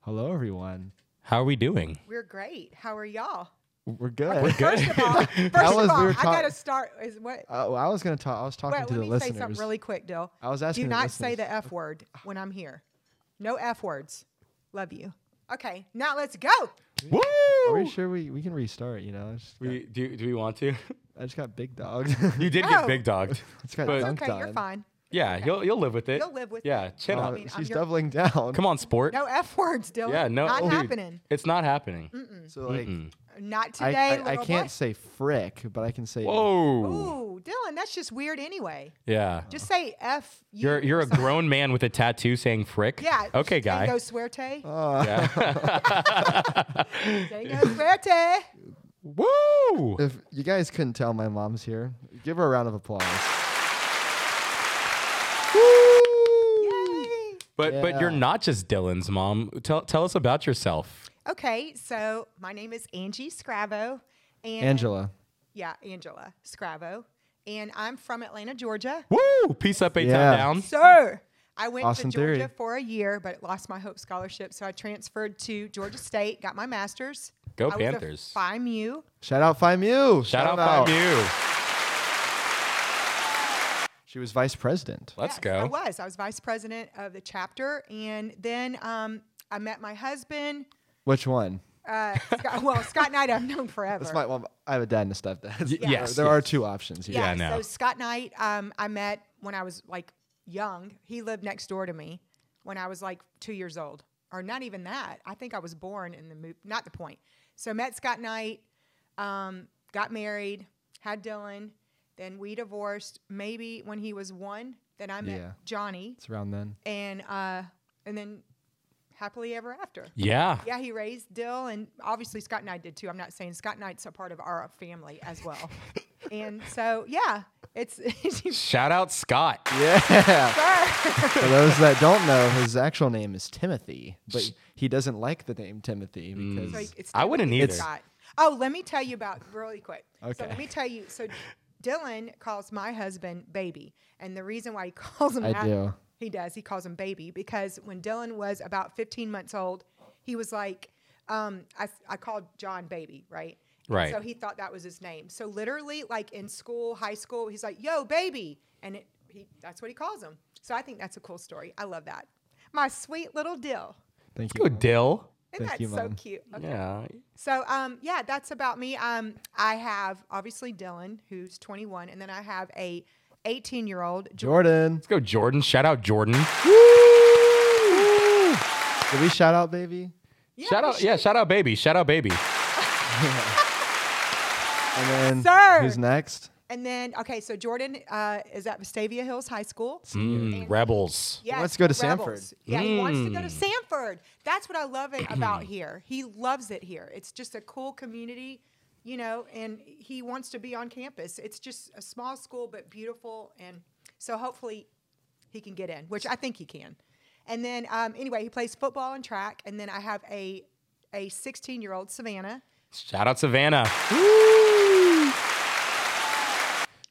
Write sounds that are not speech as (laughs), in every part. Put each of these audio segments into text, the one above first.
Hello, everyone. How are we doing? We're great. How (laughs) are y'all? We're good. First of all, first was- of all, we were I talk- gotta start. Is what? (laughs) Uh, well, I was gonna talk. I was talking Wait, to let the me listeners. say something really quick, Dill. I was asking Do the not say listeners. the f word when I'm here. No f words. Love you. Okay, now let's go. Woo! Are we sure we, we can restart? You know, I just, got, We, do, do we want to? I just got big (laughs) dogs. You did No. get big dogged. it's got But- dunked Okay, on. you're fine. Yeah, you'll you'll live with it. You'll live with yeah, it. chin Uh, up. I mean, I'm she's your- doubling down. Come on, sport. No f words, Dill. yeah, no. not dude, happening. It's not happening. So like, Not I, today. I, I little can't boy. say frick, but I can say Whoa. Ooh, Dylan, that's just weird anyway. Yeah. Just say F. you You're you're or a something. grown man with a tattoo saying frick. Yeah. Okay, guy. Dango suerte. (laughs) "Ah, Yeah. (laughs) Dango suerte. Woo! If you guys couldn't tell, my mom's here. Give her a round of applause. Yay. But but you're Yeah. not just Dylan's mom. Tell tell us about yourself. Okay, so my name is Angie Scravo. And Angela. Yeah, Angela Scravo. And I'm from Atlanta, Georgia. Woo! Peace up, eight Yeah. down. Sir. I went Austin to Georgia Theory. for a year, but lost my Hope Scholarship. So I transferred to Georgia State, got my master's. Go I was a Panthers. FIMU. Shout out Find You. Shout out, out. you. She was vice president. Let's Yes, go. I was. I was vice president of the chapter, and then um, I met my husband. Which one? Uh, Scott, well, Scott Knight, I've known forever. That's my mom. I have a dad and a stepdad. Y- There- yes, There are yes. two options here. Yeah, yeah. I know. So Scott Knight, um, I met when I was like young. He lived next door to me when I was like two years old, or not even that. I think I was born in the move. Not the point. So met Scott Knight, um, got married, had Dylan, then we divorced. Maybe when he was one. Then I met Yeah. Johnny. It's around then. and uh, and then happily ever after. Yeah. Yeah, he raised Dill, and obviously Scott and I did too. I'm not saying Scott Knight's a part of our family as well, and so yeah, it's (laughs) it's- Shout out Scott. Yeah. sir. For those that don't know, his actual name is Timothy, but he doesn't like the name Timothy because So it's I wouldn't Timothy either. Scott. Oh, let me tell you about really quick. So Okay. let me tell you. So Dylan calls my husband baby, and the reason why he (laughs) calls him I that, do. he does he calls him baby because when Dylan was about 15 months old, he was like, um, I I called John baby, right? And Right. So he thought that was his name. So literally, like in school, high school, he's like, "Yo, baby," and it, he that's what he calls him. So I think that's a cool story. I love that. My sweet little Dill. thank you. Go Dill. Isn't Thank that you, so Mom. cute? Okay. Yeah. So um, yeah, that's about me. Um, I have obviously Dylan, who's 21, and then I have a 18 year old. Jordan. Let's go Jordan. Shout out Jordan. Did we shout out, baby? shout out yeah, shout out baby. Shout out baby. And then Sir. who's next? And then okay, so Jordan uh, is at Vestavia Hills High School. Mm, rebels. Yes, wants to go to the Sanford. Rebels. Yeah, he wants to go to Sanford. That's what I love it about here. He loves it here. It's just a cool community, you know, and he wants to be on campus. It's just a small school but beautiful, and so hopefully he can get in, which I think he can. And then um, anyway, he plays football and track. And then I have a a 16 year old Savannah, Shout out Savannah.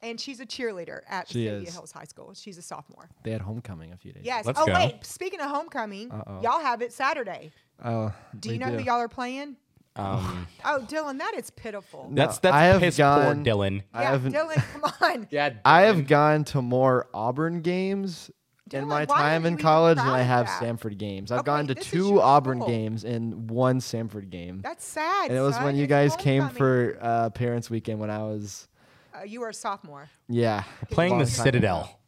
and she's a cheerleader at She Vestavia is. Hills High School. She's a sophomore. They had homecoming a few days. Yes. Let's oh go. wait, speaking of homecoming, y'all have it Saturday. Oh, Do we you know who y'all are playing? (laughs) Um, Oh, Dylan, that is pitiful. that's I that's have piss gone- poor Dylan. I yeah, haven't- Dylan, (laughs) come on. Yeah. I have gone to more Auburn games in Dylan, my why are time you in even college than proud I of have that? Sanford games. I've Okay, gone to this is two your Auburn school. games and one Sanford game. That's sad. and it was son. when you It's guys came homecoming. for uh, Parents Weekend when I was, Uh, you were a sophomore. yeah. a playing long the time ago. Citadel.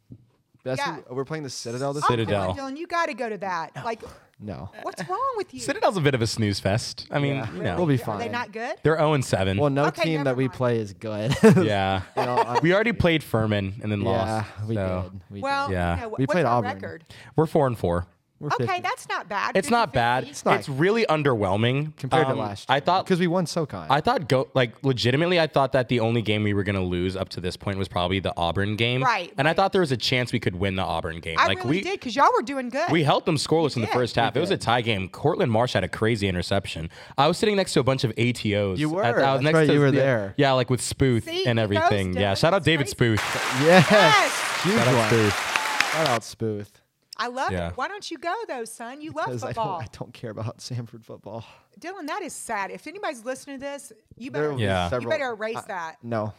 That's Yeah. who- we're playing the Citadel this Oh, come on, Citadel. Dylan, you got to go to that. Like, No. what's wrong with you? Citadel's a bit of a snooze fest. I mean, Yeah. you know, We'll be Are they fine. not good? they're 0 and 7. Well, (laughs) no Okay, team never that we mind. play is good. (laughs) (laughs) yeah. You know, I- we already played Furman and then yeah, lost. we so. did. We Well, did. Yeah. you know, We what's played our Auburn. record? We're 4 and 4. we're Okay, 50. that's not bad. It's not bad. 50-50. It's, not- really underwhelming compared Um, to last. I thought because we won SoCon. I thought go like legitimately I thought that the only game we were gonna lose up to this point was probably the Auburn game. Right, And I thought there was a chance we could win the Auburn game. I like really we did because y'all were doing good. we held them scoreless in the did. first half. It was a tie game. Cortland Marsh had a crazy interception. I was sitting next to a bunch of ATOs. You were. I, I was That's right, you were yeah, there. Yeah, like with Spooth See, and those everything. Yeah. dudes, Shout out it's David crazy. Spooth. yes, yes. huge Shout out one. Spooth. Shout out Spooth. I love Yeah. it. Why don't you go though, son? You love Because I (laughs) football, don't, I don't care about Sanford football. Dylan. That is sad. If anybody's listening to this, you There better will be Yeah. You you several- better erase I- that. No,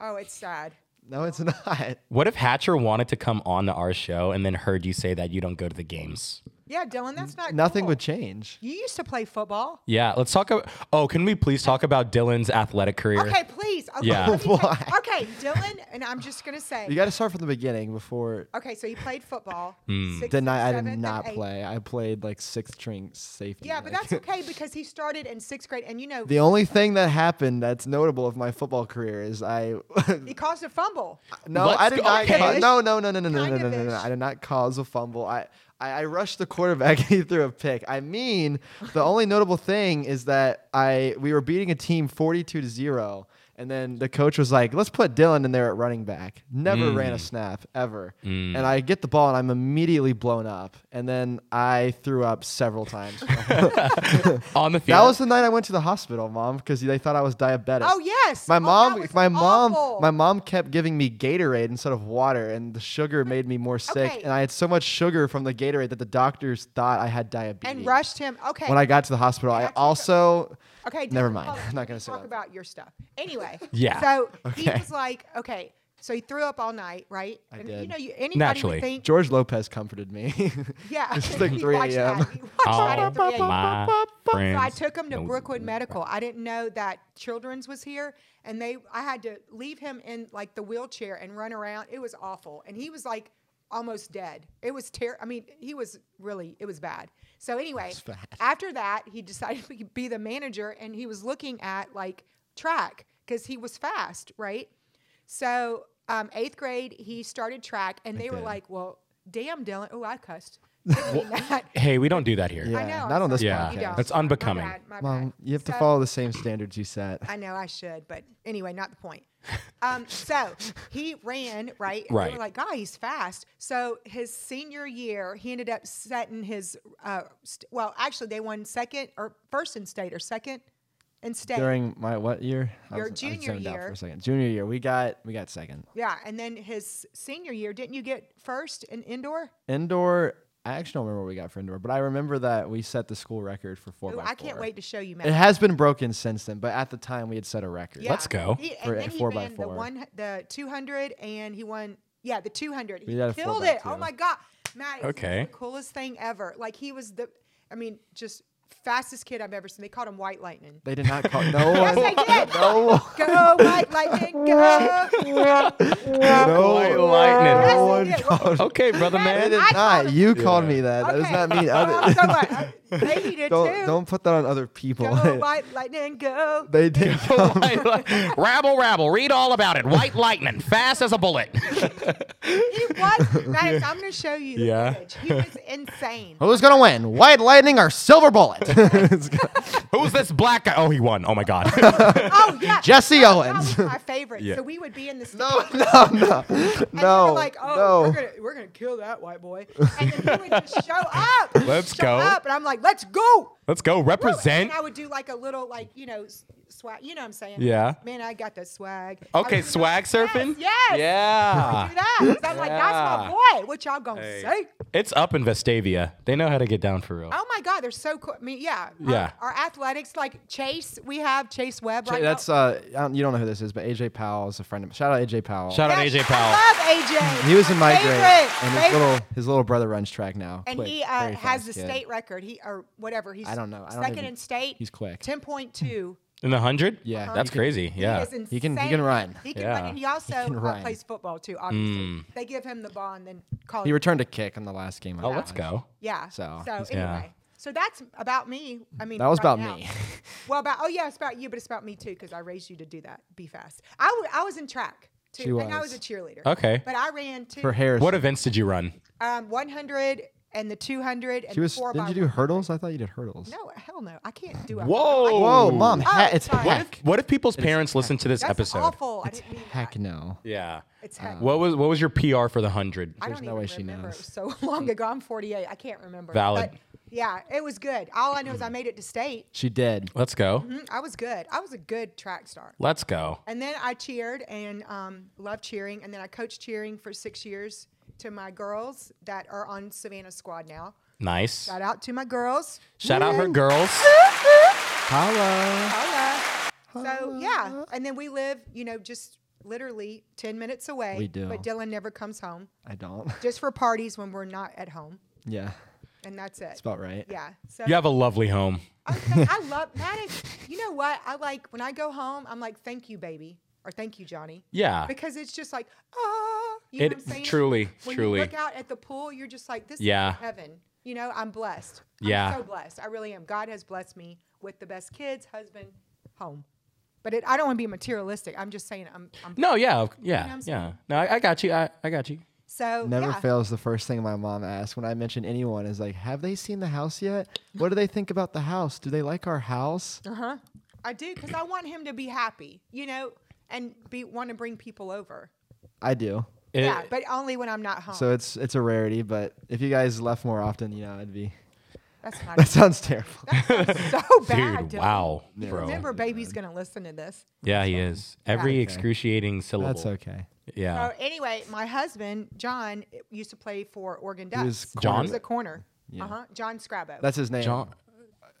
Oh, it's sad. no, it's (laughs) not. What if Hatcher wanted to come on to our show and then heard you say that you don't go to the games? Yeah, Dylan, that's not Nothing cool. would change. You used to play football. Yeah, let's talk about. Oh, can we please talk about Dylan's athletic career? Okay, please. Okay, Yeah. let me (laughs) take- Why? okay, Dylan, and I'm just gonna say. You got to start from the beginning before. okay, so you played football. Hmm. sixth, Then I, I seventh, did and not eighth. play. I played like sixth string safety. Yeah, but like- that's okay because he started in sixth grade, and you (laughs) know The only thing that happened that's notable of my football career is I (laughs) he caused a fumble. no Let's I did go- not okay. ca- no no no no no no no Kind no, of no, no. ish. I did not cause a fumble I I, I rushed the quarterback (laughs) and he threw a pick I mean (laughs) the only notable thing is that I we were beating a team forty two to zero and then the coach was like let's put Dylan in there at running back never ran Mm. a snap ever and I get the ball and I'm immediately blown up and then I threw up several (laughs) times. On the field. That was the night I went to the hospital, mom, because they thought I was diabetic. Oh yes, My Oh, that mom, was my mom, awful. my mom kept giving me Gatorade instead of water, and the sugar made me more sick. Okay. And I had so much sugar from the Gatorade that the doctors thought I had diabetes. and rushed him. Okay, When I got to the hospital, I Actually, (laughs) also Okay, Never Dylan, mind. hold on. I'm not Let gonna me say talk that. about your stuff. (laughs) Anyway. Yeah. So Okay. he was like, okay, so he threw up all night, right? I and you did. know, you, anybody Naturally. would think, George Lopez comforted me. (laughs) yeah. This (laughs) is like he 3 watched a.m. that. He watched that at 3 Oh. a.m. my So friends. I took him to No- Brookwood Medical. I didn't know that Children's was here, and they I had to leave him in like the wheelchair and run around. It was awful, and he was like almost dead. It was terrible. I mean, he was really it was bad. So anyway, after that, he decided to be the manager, and he was looking at like track because he was fast, right? So um, eighth grade, he started track, and they were Okay. like, "Well, damn, Dylan! Oh, (laughs) I cussed." Didn't mean that. Hey, we don't do that here. Yeah. I know. not I'm on this sorry. Yeah, You don't. that's My unbecoming. bad, my mom, bad. you have to So- follow the same standards you set. I know I should, but anyway, not the point. Um, so he ran right. And They Right. were like, God, he's fast. So his senior year, he ended up setting his. Uh, st- well, actually, they won second or first in state or second in state. During my what year? I Your was- I junior zoned out year. for a second. Junior year, we got we got second. yeah, and then his senior year, didn't you get first in indoor? Indoor, I actually don't remember what we got for indoor, but I remember that we set the school record for Oh, four. Ooh, by I can't four. wait to (laughs) show you, Matt. It has been broken since then, but at the time we had set a record. Yeah. Let's go. He, For and then a he four by ran the four. one, the two hundred, and he won. Yeah, the two hundred. We He had a four killed by it. two. Oh my god, Matt! Okay. okay. the coolest thing ever. Like he was the, I mean, just fastest kid I've ever seen. They called him White Lightning. They did not call. No one. (laughs) Yes, they did. (laughs) No, Go White Lightning, (laughs) go! no, White lightning. No Yes, one they did. called. Okay, brother They man. did I called not. him- You called Yeah. me that. That does Okay. (laughs) not mean Oh, other. so what? Uh, They (laughs) did Don't too. don't put that on other (laughs) people. go White Lightning, go! they (laughs) did. call me- White li- (laughs) rabble, rabble. Read all about it. White lightning, fast as a bullet. He (laughs) was. Maddox, I'm going to show you the Yeah. footage. (laughs) He was insane. Who's gonna win? White lightning or silver (laughs) bullet? It's got- (laughs) Who's this black guy? Oh, he won. Oh my (laughs) god. (laughs) Oh yeah, Jesse That- Owens. That was my favorite. Yeah. So we would be in the no, stands. no, no, And (laughs) no. they're like, oh, no. we're gonna we're gonna kill that white boy. And then he would just show (laughs) up. Let's show go. Up, and I'm like, let's go. Let's go. Woo! And Represent. I would do like a little like you know s- swag. You know what I'm saying? Yeah. Man, I got the swag. I Okay, would do- swag surfing. Yes. yes. Yeah. Do that. 'Cause I'm like, that's my boy. What y'all gonna Hey. say? It's up in Vestavia. They know how to get down for real. Oh my God, they're so cool. I mean, yeah. Our- Yeah. Our, athletics, like Chase, we have Chase Webb right now. That's uh, I don't- you don't know who this is, but AJ Powell is a friend of. Shout out AJ Powell. Shout out Yes, AJ Powell. I love AJ. He was in my grade, Favorite, and his favorite. little his little brother runs track now. and Quick, he uh, very has fast the kid. state record. He or whatever. He's I don't know. I don't second even- in state. he's quick. Ten point two. In the hundred? Yeah, Uh-huh. That's you can- crazy. Yeah. He can- he can run. He can Yeah. Hmm. run, and he also uh, run. plays football too. Obviously, they give him the ball and then call. He him. returned a kick in the last game. I Oh, watched. let's go. yeah. So, So, he's- anyway, Yeah. so that's about me. I mean, That was right about now. me. (laughs) well, about oh yeah, it's about you, but it's about me too because I raised you to do that. Be fast. I wa- I was in track too, She and I was a was. cheerleader. Okay. But I ran too. For Harris, What events did you run? um, one hundred and the two hundred and she was. four. Didn't by you do one. hurdles? I thought you did hurdles. No, hell no. I can't do it. Whoa. Whoa, mom, ha- it's sorry. What if, heck. what if people's parents listen to this That's episode? awful. I didn't mean that. Heck no. Yeah. It's heck. What was what was your PR for the hundred? I There's don't no even way she remember. knows. It was so (laughs) long ago. I'm 48. I can't remember. Valid. But yeah, it was good. All I know is I made it to state. She did. Let's go. Mm, I was good. I was a good track star. Let's go. And then I cheered and um, loved cheering. And then I coached cheering for six years. to my girls that are on Savannah Squad now. Nice. Shout out to my girls. Shout out Mm-hmm. her girls. Holla. Holla. So yeah, and then we live, you know, just literally ten minutes away. We do. But Dylan never comes home, I don't. (laughs) just for parties when we're not at home, Yeah, and that's it. it's about right. yeah. So You have a lovely home. I'm saying, I love Maddox. You know what? I like when I go home. I'm like, thank you, baby, or thank you, Johnny, Yeah. because it's just like, oh, you know It what I'm saying? truly, when truly. you look out at the pool, you're just like, this Yeah. is heaven. You know, I'm blessed. I'm Yeah. so blessed. I really am. God has blessed me with the best kids, husband, home. But it, I don't want to be materialistic. I'm just saying, I'm. I'm No, yeah, of- know what yeah, I'm saying? yeah. No, I, I got you. I, I got you. so Never yeah. fails the first thing my mom asks when I mention anyone is like, "Have they seen the house yet? What do they think about the house? Do they like our house?" Uh huh. I do because I want him to be happy. You know, and be want to bring people over. I do. It- yeah, but only when I'm not home. So it's it's a rarity, but if you guys left more often, you know, it'd be. that's not. That sounds terrible. (laughs) so bad. dude, Dylan. wow, Yeah. bro. Remember, baby's gonna listen to this. yeah, he is. Every okay. excruciating syllable. That's okay. Yeah. So anyway, my husband John used to play for Oregon Ducks. was John? He was a corner. Uh huh. John Scrabbo. That's his name. John,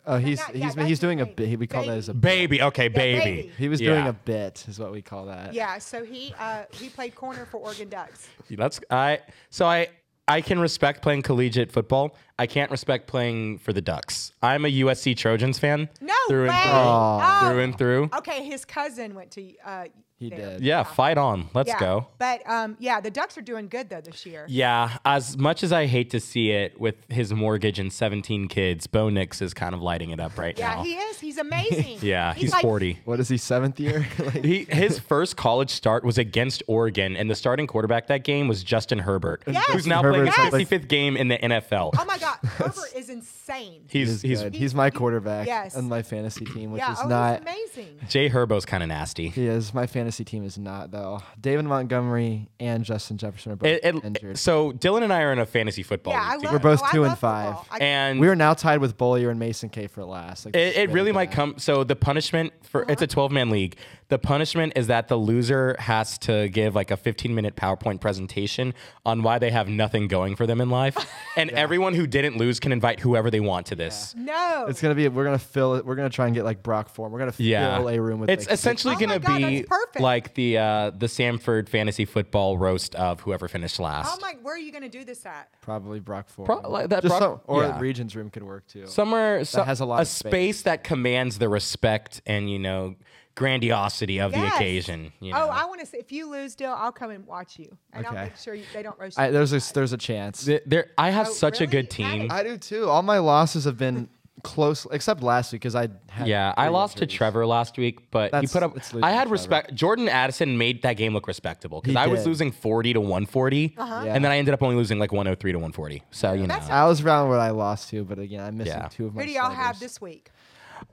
Oh, he's yeah, he's that's he's his doing a name. bit. We call that as a. baby. Okay, baby. baby. He was doing Yeah. a bit, is what we call that. yeah. So he uh, he played corner for Oregon Ducks. That's I. So I I can respect playing collegiate football. I can't respect playing for the Ducks. I'm a USC Trojans fan. No through way. and through. Oh. Through and through. Okay, his cousin went to. Uh, He there. did. Yeah, fight on. Let's Yeah. go. But um, yeah, the Ducks are doing good though this year. Yeah, as much as I hate to see it with his mortgage and 17 kids, Bo Nix is kind of lighting it up right Yeah, now. he is. He's (laughs) amazing. yeah, he's, like, 40. What is he seventh (laughs) year? like, He, his first college start was against Oregon, and the starting quarterback that game was Justin Herbert, Yes. who's now Herbert's playing his like- 65th game in the NFL. Oh my (laughs) God, Herbert is insane. He's he's he's good. he's my quarterback Yes. on my fantasy team, which yeah, is oh, not. he's amazing. Jay Herbo's kind of nasty. He is. My fantasy team is not though. David Montgomery and Justin Jefferson are both It- it- injured. so Dylan and I are in a fantasy football Yeah, I league love. together, both oh, I two and love football. five. I- and we are now tied with Bollier and Mason K for last. Like, this it, is it really might bad. come. So the punishment for it's a 12 man league. The punishment is that the loser has to give like a 15 minute PowerPoint presentation on why they have nothing going for them in (laughs) life, and everyone who didn't lose can invite whoever they want to this. no. It's gonna be. We're gonna fill it. We're gonna try and get like Brock form. We're gonna fill Yeah, a room with. it's like, essentially Oh my gonna God, be that's perfect. like the uh, the Samford fantasy football roast of whoever finished Oh last. my, where are you gonna do this at? probably Brock form. Pro- like that Just Brock- some- or yeah. Regions room could work too. somewhere so- has a lot of space. space. that commands the respect and you know grandiosity of Yes. the occasion. You know? Oh, I want to say if you lose, Dill, I'll come and watch you, and I'll Okay. make sure you, they don't roast you. I, there's a there's a chance. Th- there, I have Oh, such a really? good team. I do too. All my losses have been close, except last week because I had yeah, I three lost to injuries. Trevor last week, but he That's- put up. it's losing I to had Trevor. respect. Jordan Addison made that game look respectable because He I was did. losing forty to one Yeah. and then I ended up only losing like one hundred three to one forty. So you know, Uh-huh. That's I was around what I lost to, but again, I'm missing Yeah. Um, two of my. Who do y'all have starters. this week?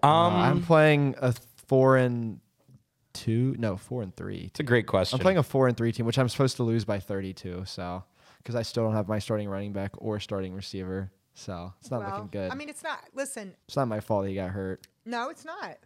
Uh, I'm playing a four and two. No, four and three. it's a great question. I'm playing a four and three team, which I'm supposed to lose by 32. So, because I still don't have my starting running back or starting receiver, so it's not looking good. I mean, it's not. Listen, it's not my fault he got hurt. no, it's not.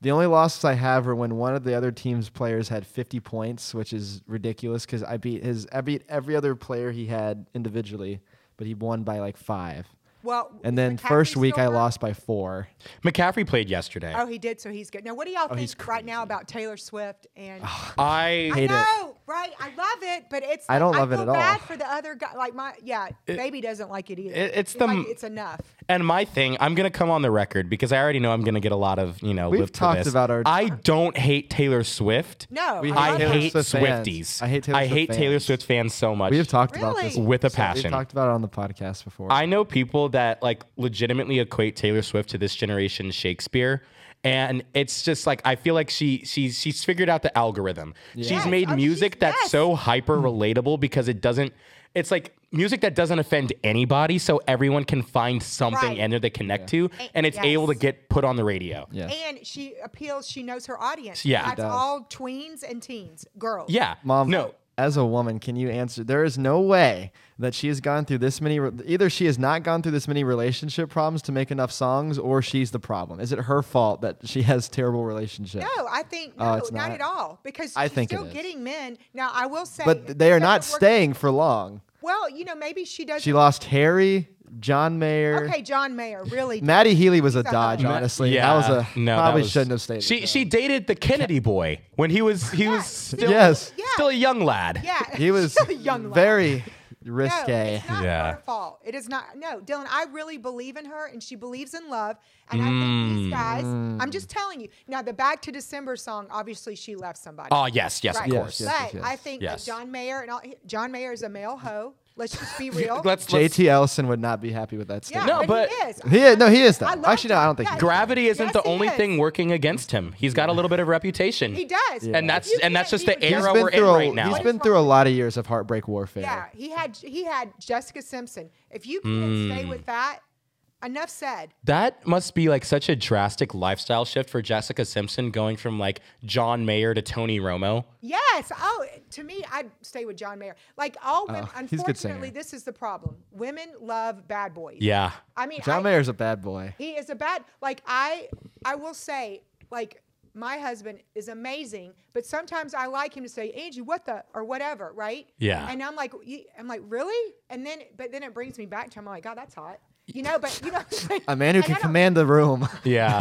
The only losses I have are when one of the other team's players had 50 points, which is ridiculous because I beat his, I beat every other player he had individually, but he won by like five. Well, And is then McCaffrey first week I still hurt? lost by four. McCaffrey played yesterday. Oh, he did, so he's good. Now, what do y'all Oh, he's think right now about Taylor Swift? And I I hate it. know, right? I love it, but it's. I don't like, love it feel at all. Bad for the other guy, like my yeah, baby doesn't like it either. It- it's He's the- like, it's enough. And my thing, I'm gonna come on the record because I already know I'm gonna get a lot of you know. We've lip for talked this. about our- I don't hate Taylor Swift. No, We I, I love Taylor hate Swift fans. Swifties. I hate Taylor I Swift hate Taylor fans. Swift fans so much. We have talked about Really? this with a We've passion. talked about it on the podcast before. I know people that like legitimately equate Taylor Swift to this generation Shakespeare. And it's just like I feel like she she's she's figured out the algorithm. She's Yes. made Oh, music she's- that's yes. so hyper Hmm. relatable because it doesn't it's like music that doesn't offend anybody so everyone can find something Right. in there they connect to A- and it's able to yes. get put on the radio. yeah. And she appeals. She knows her audience. Yeah. She that's does. all tweens and teens, girls. Yeah. Mom, No. As a woman, can you answer? There is no way that she has gone through this many. re- Either she has not gone through this many relationship problems to make enough songs, or she's the problem. Is it her fault that she has terrible relationships? No, I think no, Oh, it's not. not? at all. Because I she's think it still is. getting men. Now I will say, But th- they are it not doesn't work- staying for long. Well, you know, maybe she does. She lost Harry, John Mayer. okay, John Mayer, (laughs) really. Maddie Healy was a He's a dodge, hoe. honestly. Yeah, that was a no, that probably was- shouldn't have stayed. She she dated the Kennedy boy when he was he was still Yes. Yeah. still a young lad. yeah, (laughs) he was she's a young lad. very (laughs) No, risque. it's not Yeah. her fault. It is not. No, Dylan, I really believe in her, and she believes in love. And I think Mm. these guys. I'm just telling you. Now, the Back to December song. Obviously, she left somebody. Oh yes, yes, Right. of Yes, course. yes. but I think that Yes. John Mayer and all, John Mayer is a male hoe. Let's (laughs) just be real. Let's, let's JT Ellison would not be happy with that yeah, statement. No, but- he is. He is, no, he is though. I love Actually, no, I don't John- think. he yeah, is. gravity isn't Yes, the he only is. thing working against him. He's got a little bit of reputation. He does. And that's You and can't that's just be the rejected. He's era been we're in through a- right now. He's been through a lot of years of heartbreak warfare. Yeah, he had he had Jessica Simpson. If you can't Mm. stay with that, enough said. That must be like such a drastic lifestyle shift for Jessica Simpson going from like John Mayer to Tony Romo. Yes. Oh, to me, I'd stay with John Mayer. Like all women, Oh, he's a good singer. unfortunately, this is the problem. Women love bad boys. Yeah. I mean, John I- Mayer's a bad boy. he is a bad. Like I, I will say, like my husband is amazing, but sometimes I like him to say, Angie, what the or whatever, right? Yeah. And I'm like, "Ye- I'm like, really? And then, but then it brings me back to him. I'm like, God, that's hot. You know, but you know, (laughs) what I'm saying? A man who Like, can I don't- command the room. (laughs) Yeah.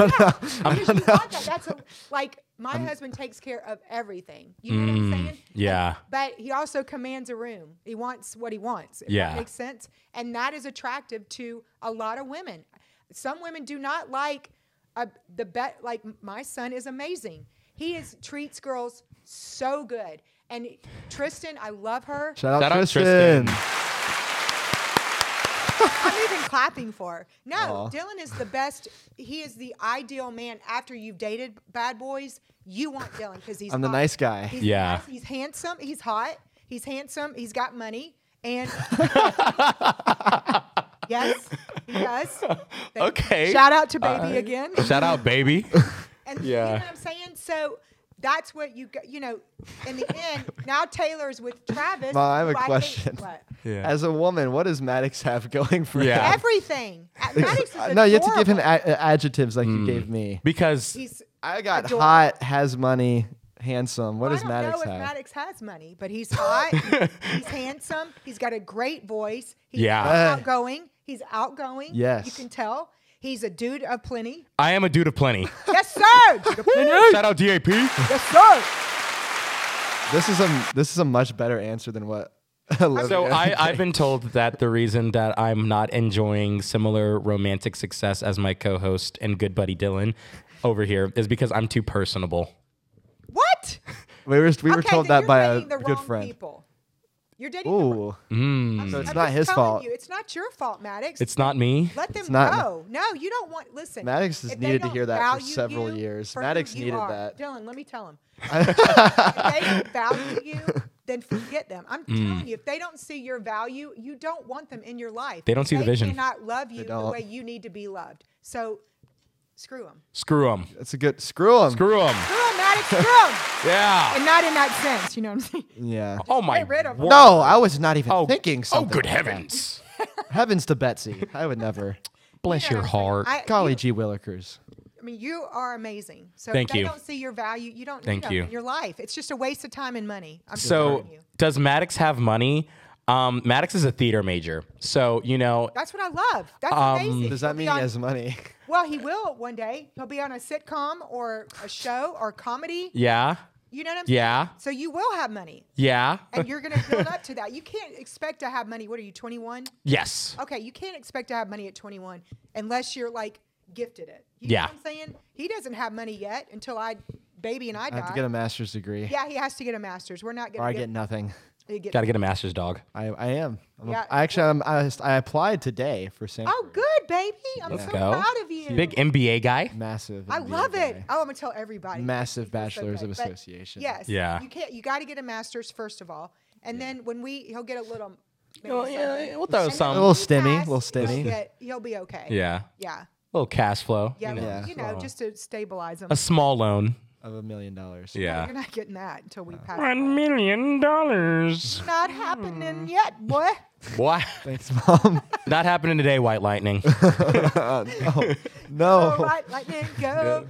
(laughs) Mm, Because you want that. That's a, like my husband takes care of everything. You know Mm, what I'm saying? yeah. But he also commands a room. He wants what he wants. If Yeah. that makes sense. And that is attractive to a lot of women. Some women do not like a, the bet. Like my son is amazing. He is treats girls so good. And Tristan, I love her. Shout out Shout out Tristan. Tristan. I'm even clapping for. her. No, Aw. Dylan is the best. He is the ideal man. After you've dated bad boys, you want Dylan because he's. I'm the hot. nice guy. He's Yeah. nice, he's handsome. He's hot. He's handsome. He's got money. And (laughs) yes, he does. Thank you. Okay. Shout out to (laughs) baby again. Shout out, (laughs) baby. And Yeah. you know what I'm saying? So that's what you got. You know, in the end, now Taylor's with Travis. Ma, I have a who think- question. what? Yeah. As a woman, what does Maddox have (laughs) going for Yeah. him? Uh, Everything. (laughs) Maddox is no, you have to give him adorable. a- uh, adjectives like you Hmm. gave me. because He's I got Adorable. hot, has money, handsome. What Well, does I don't Maddox know have? if Maddox has money, (laughs) but he's hot. he's handsome. He's got a great voice. He's Yeah. Uh. outgoing. He's outgoing. You Yes. can tell. He's a dude of plenty. I am a dude of (laughs) plenty. (laughs) Yes, sir. Dude of plenty. Shout out DAP. yes, sir. This is a this is a much better answer than what. (laughs) Olivia So I, I've been told that the reason that I'm not enjoying similar romantic success as my co-host and good buddy Dylan over here is because I'm too personable. What? (laughs) we were we were okay, told then that you're by a dating the good wrong friend. People. You're dating. the wrong- Ooh, I'm Mm. so it's just not his telling fault. You, it's not your fault, Maddox. It's not me. Let them not- go. No, you don't want. Listen, Maddox has if they needed to don't hear that for value several you years. for who Maddox you needed are- that. Dylan, let me (laughs) tell him. if they don't value you, then forget them. I'm Mm. telling you, if they don't see your value, you don't want them in your life. They don't see the vision. They cannot love you the don't. way you need to be loved. So, (laughs) screw them. Screw them. that's a good screw him. Screw them. Screw them, Maddox. Screw them. Yeah. And not in that sense, you know what I'm saying? Yeah. Oh my. Get rid of 'em. word. No, I was not even Oh, thinking. oh, Something good like that. (laughs) heavens. Heavens to Betsy. I would (laughs) never. Bless your heart. I, Golly you- gee willikers. I mean, you are amazing. So Thank if they you. don't see your value, you don't Thank need 'em you. in your life. It's just a waste of time and money. I'm just so, telling you. does Maddox have money? Um, Maddox is a theater major, so you know. That's what I love. That's Um, amazing. Does that He'll be mean on- he has money? Well, he will one day. He'll be on a sitcom or a show or comedy. Yeah. You know what I'm saying? Yeah. So you will have money. Yeah. And you're going to build up to that. You can't expect to have money. What are you, 21? yes. Okay, you can't expect to have money at 21 unless you're like gifted it. You Yeah. know what I'm saying? He doesn't have money yet until I, baby and (laughs) I I die. have to get a master's degree, yeah, he has to get a master's. We're not or I going get nothing. to get. Gotta get a master's dog. I, I am. I'm a- Yeah. I actually I'm, I, I applied today for Sanford. Oh, good, baby. I'm Let's so go. proud of you. Big MBA guy. Massive. I MBA love it. guy. Oh, I'm gonna tell everybody. Massive This is so bachelors good. of But association. Yes. Yeah. You can't. You got to get a master's first of all, and then when we, he'll get a little. maybe Well, something. Oh, yeah, And we'll throw then some. A little if he stimmy, passes, little He'll, stimmy. get- he'll be okay. Yeah. Yeah. little cash flow. Yeah. you know. well, Yeah. You know, just to stabilize him. A small loan. Of a million dollars. You're not getting that until we pass. One million dollars. Not Hmm. happening yet, (laughs) boy. (laughs) Why? Thanks, (laughs) mom. (laughs) Not happening today, White Lightning. no. Oh. All right, lightning, go.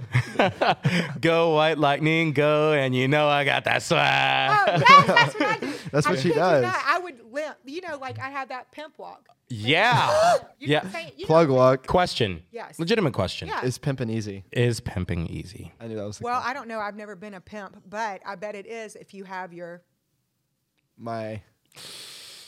(laughs) go, White Lightning, go, and you know I got that swag. Oh, yes, that's what I do. (laughs) That's (laughs) I what she kid you does. not, I would limp. You know, like I had that pimp walk. Yeah. (gasps) You know what I'm Yeah. saying? You know Plug what I'm walk question. Yes. Legitimate question. Yeah. is pimping easy. Is pimping easy? I knew that was the Well, I don't know. I've never been a pimp, but I bet it is if you have your. my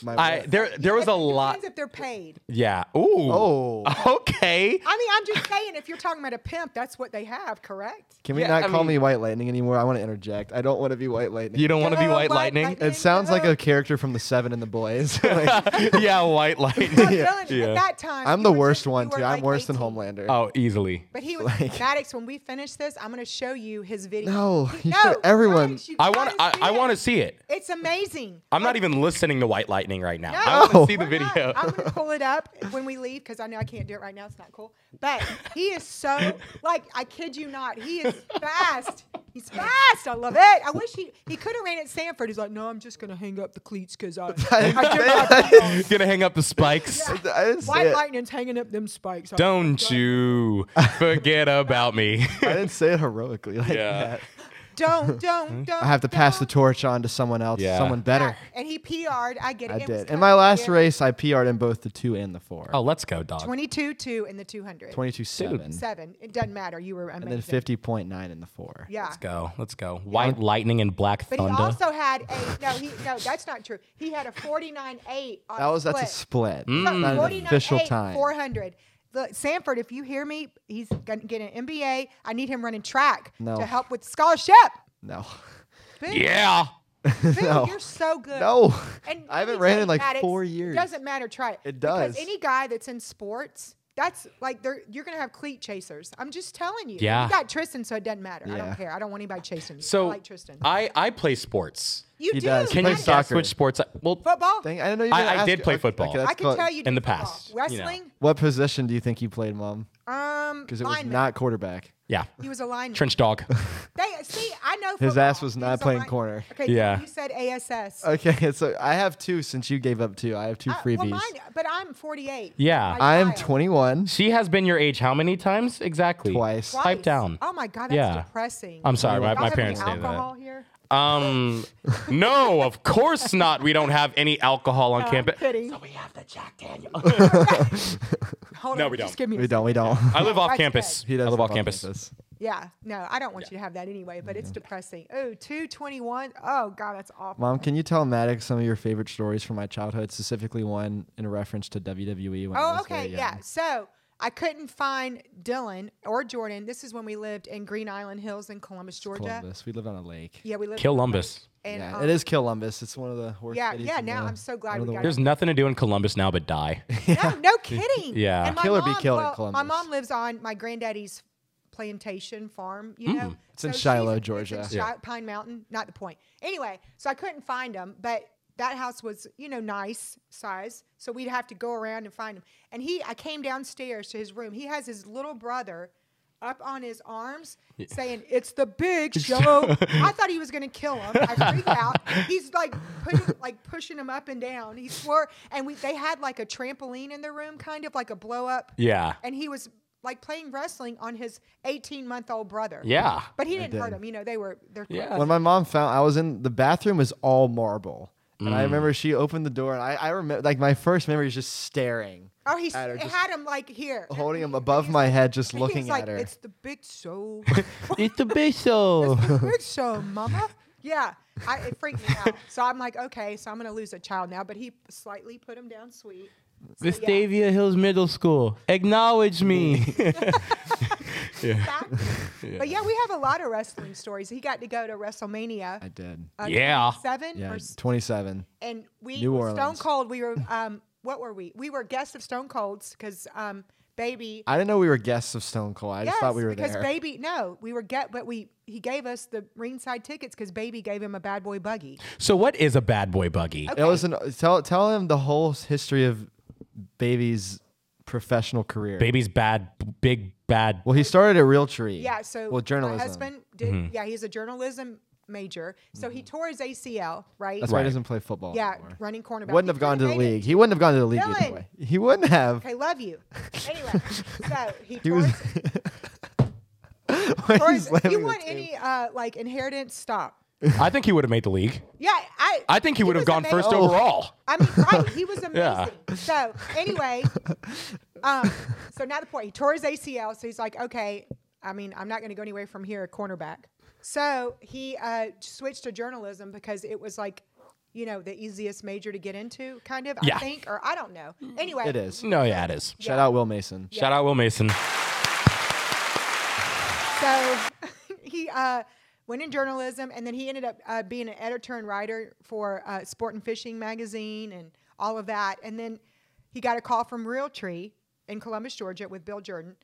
my. I there there was a It lot. depends if they're paid. Yeah. Ooh. Oh. (laughs) Okay. I mean, I'm just saying, if you're talking about a pimp, that's what they have, correct? (laughs) Can we Yeah, not I call mean- me White Lightning anymore? I want to interject. I don't want to be White Lightning. You don't want to be Go, white White lightning? Lightning. it sounds like a character from The Seven and the Boys. (laughs) Like, (laughs) (laughs) yeah, white I'm lightning. telling you, Yeah. At that time, I'm you the were worst just- you one were too. I'm like worse 18. than Homelander. Oh, easily. (laughs) But he was Like- Maddox. When we finish this, I'm going to show you his video. (laughs) No, you should- everyone- Maddox, you I want gotta I, see I it. want to see it. It's amazing. I'm not even listening to white lightning right now. No, I want to see the we're not. video. I'm gonna pull it up when we leave because I know I can't do it right now. It's not cool. But he is so like I kid you not. He is fast. He's fast. I love it. I wish he he could have ran at Sanford. He's like, no, I'm just gonna hang up the cleats (laughs) because I. I did (laughs) not Gonna hang up the spikes. I didn't say White it. lightning's hanging up them spikes. I- Don't you forget about me. I didn't say it heroically like Yeah. (laughs) that. Don't Hmm? don't don't. I have to pass the don't. torch on to someone else, Yeah. someone better. Yeah, And he PR'd. I get it. I It was did. In tough. my last Yeah. race, I PR'd in both the two and the four. (laughs) oh, let's go, dog. 22 2 in the 200. 22 seven, Seven. It doesn't matter. You were amazing. and then 50.9 in the four. Yeah. Let's go. Let's go. White lightning and black But thunder. he also had a no. He no. That's not true. He had a 49 8 on That was that's a split. split. Mm. So Not an 49 official 8, time. 400. Look, Sanford, if you hear me, he's gonna get an MBA. I need him running track No. to help (laughs) with scholarship. No, Boo, yeah. boo, No. you're so good. no. And I haven't let me ran tell in, you, like, Maddox, four It years. doesn't matter. Try it. It does. Because any guy that's in sports, that's like they're you're gonna have cleat chasers. I'm just telling you. Yeah. You got Tristan, so it doesn't matter. I Yeah. don't care. I don't want anybody chasing me. So I like Tristan. I I play sports. you He do. does. He Can Play you Maddox. plays guess soccer. which sports? I, well, football? Dang, I didn't know you. were I- gonna I ask did you- play okay, football. okay, I that's I can cool. tell you in do the football. past, you know. Wrestling. What position do you think he played, Mom? Um, Because it was lineman. not quarterback. yeah. (laughs) He was a lineman. Trench dog. They see. I know. His ass football. was He not a playing line- corner. Oh, Okay. Yeah. Yeah. You said ASS. Okay, (laughs) so I have two since you gave up two. I have two Uh, freebies. well, mine, but I'm 48. (laughs) Yeah. I am child. 21 she has been your age how many times (laughs) exactly? twice. Twice. Type down. Oh my God, that's Yeah. depressing. I'm sorry, my, Y'all my have any parents say alcohol that. here? (laughs) Um, no, of course not. We don't have any alcohol on No, I'm campus. kidding. we have the Jack Daniel. Hold No, on, we just don't. Give me a We don't. We don't. I (laughs) live off That's campus. (laughs) he does I live live off campus. second. Yeah, no, I don't want you to have that anyway, but it's depressing. Oh, 221. Oh, God, that's awful. Mom, can you tell Maddox some of your favorite stories from my childhood, specifically one in reference to WWE? When I Oh, was okay. very young? Yeah. So I couldn't find Dylan or Jordan. This is when we lived in Green Island Hills in Columbus, Georgia. Columbus. We lived on a lake. Yeah, we lived Columbus. And, yeah, um, it is Columbus. It's one of the worst. Yeah, cities yeah, in now the- I'm so glad one of we the got worst. There's nothing to do in Columbus now but (laughs) die. No, (laughs) no kidding. Yeah. And my Kill or be mom- killed in well, My Columbus. mom lives on my granddaddy's plantation farm, you know. It's in she's- Shiloh, it's in Georgia. Shi- Pine Mountain, not the point. Anyway, so I couldn't find them, but that house was, you know, nice size. So we'd have to go around and find him. And he, I came downstairs to his room. He has his little brother up on his arms saying, It's the big show. I thought he was going to kill him. I freaked out. He's like putting, like pushing him up and down. He swore. And we, they had like a trampoline in the room, kind of like a blow up. Yeah. And he was like playing wrestling on his 18 month old brother. Yeah. But he didn't hurt did. him. You know, they were, they're, Yeah. when my mom found I was in the bathroom was all marble. And I remember she opened the door and I, I remember like my first memory is just staring, oh, he s- At her, it just had him like here. holding him above my head, just And he was looking like, at her. (laughs) It's the (laughs) big show. It's the (laughs) Bishop. It's the big show, mama. Yeah, I, it freaked me out. So I'm like, okay, so I'm gonna lose a child now. But he slightly put him down, sweet. So, yeah. Vestavia Hills Middle School. Acknowledge me. (laughs) back. But yeah, we have a lot of wrestling stories. He got to go to WrestleMania. I did. uh, Yeah. 27 Yeah, or s- 27. and we New were Stone Orleans. Cold. We were um, what were we? We were guests of Stone Cold's because um, baby. I didn't know we were guests of Stone Cold. I just thought we were because there. baby, no, we were get, but we he gave us the ringside tickets because baby gave him a bad boy buggy. (laughs) so what is a bad boy buggy? It was an tell tell him the whole history of Baby's professional career. Baby's bad, big bad. Well, he started at Realtree. Yeah, so well, journalism. Mm-hmm. My husband did. Yeah, he's a journalism major, so he tore his ACL, right? That's why Right. he doesn't play football. yeah, anymore. running cornerback. Wouldn't He have gone to could've the made it. league. He wouldn't have gone to the league Dylan. either way. He wouldn't have. Okay, love (laughs) you. Anyway, so he, He tore was. his- When tore he's (laughs) his- slamming (laughs) you the want table. any uh, like inheritance? Stop. I think he would have made the league. Yeah, I. I think he would have was gone first amazing. overall. I mean, right? He was amazing. (laughs) Yeah. So anyway, um, so now the point. He tore his ACL, so he's like, okay. I mean, I'm not going to go anywhere from here. Cornerback. So he uh, switched to journalism because it was like, you know, the easiest major to get into, kind of. Yeah. I think, or I don't know. Anyway, It is. No, yeah, it is. Shout out Will Mason. Shout out Will Mason. So (laughs) he uh, went in journalism, and then he ended up uh, being an editor and writer for uh, Sport and Fishing magazine and all of that. And then he got a call from Realtree in Columbus, Georgia, with Bill Jordan.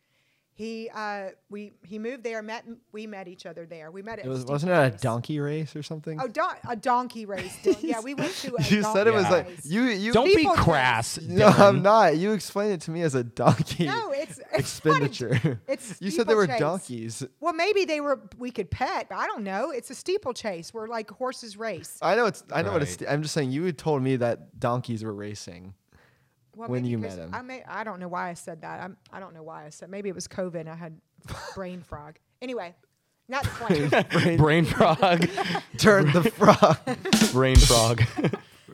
He uh, we he moved there. Met we met each other there. We met at It was Steve wasn't it a Price. donkey race or something? Oh, don- a donkey race. Dylan. yeah, we went (laughs) to. A you said it was Yeah. donkey like race. you you Don't be People- crass. No, I'm Dylan. not. You explained it to me as a donkey No, it's, it's not a- expenditure. it's you said there were steeplechase. donkeys. Well, maybe they were. We could pet, but I don't know. It's a steeplechase. We're like horses race. I know it's. I know what it's. Right. I'm just saying. You had told me that donkeys were racing. (laughs) Well, when maybe you 'cause met him. I may I don't know why I said that. I'm I don't know why I said maybe it was COVID. and I had brain frog. Anyway, not the (laughs) (laughs) point. Brain frog. Turn (laughs) the frog. Brain frog.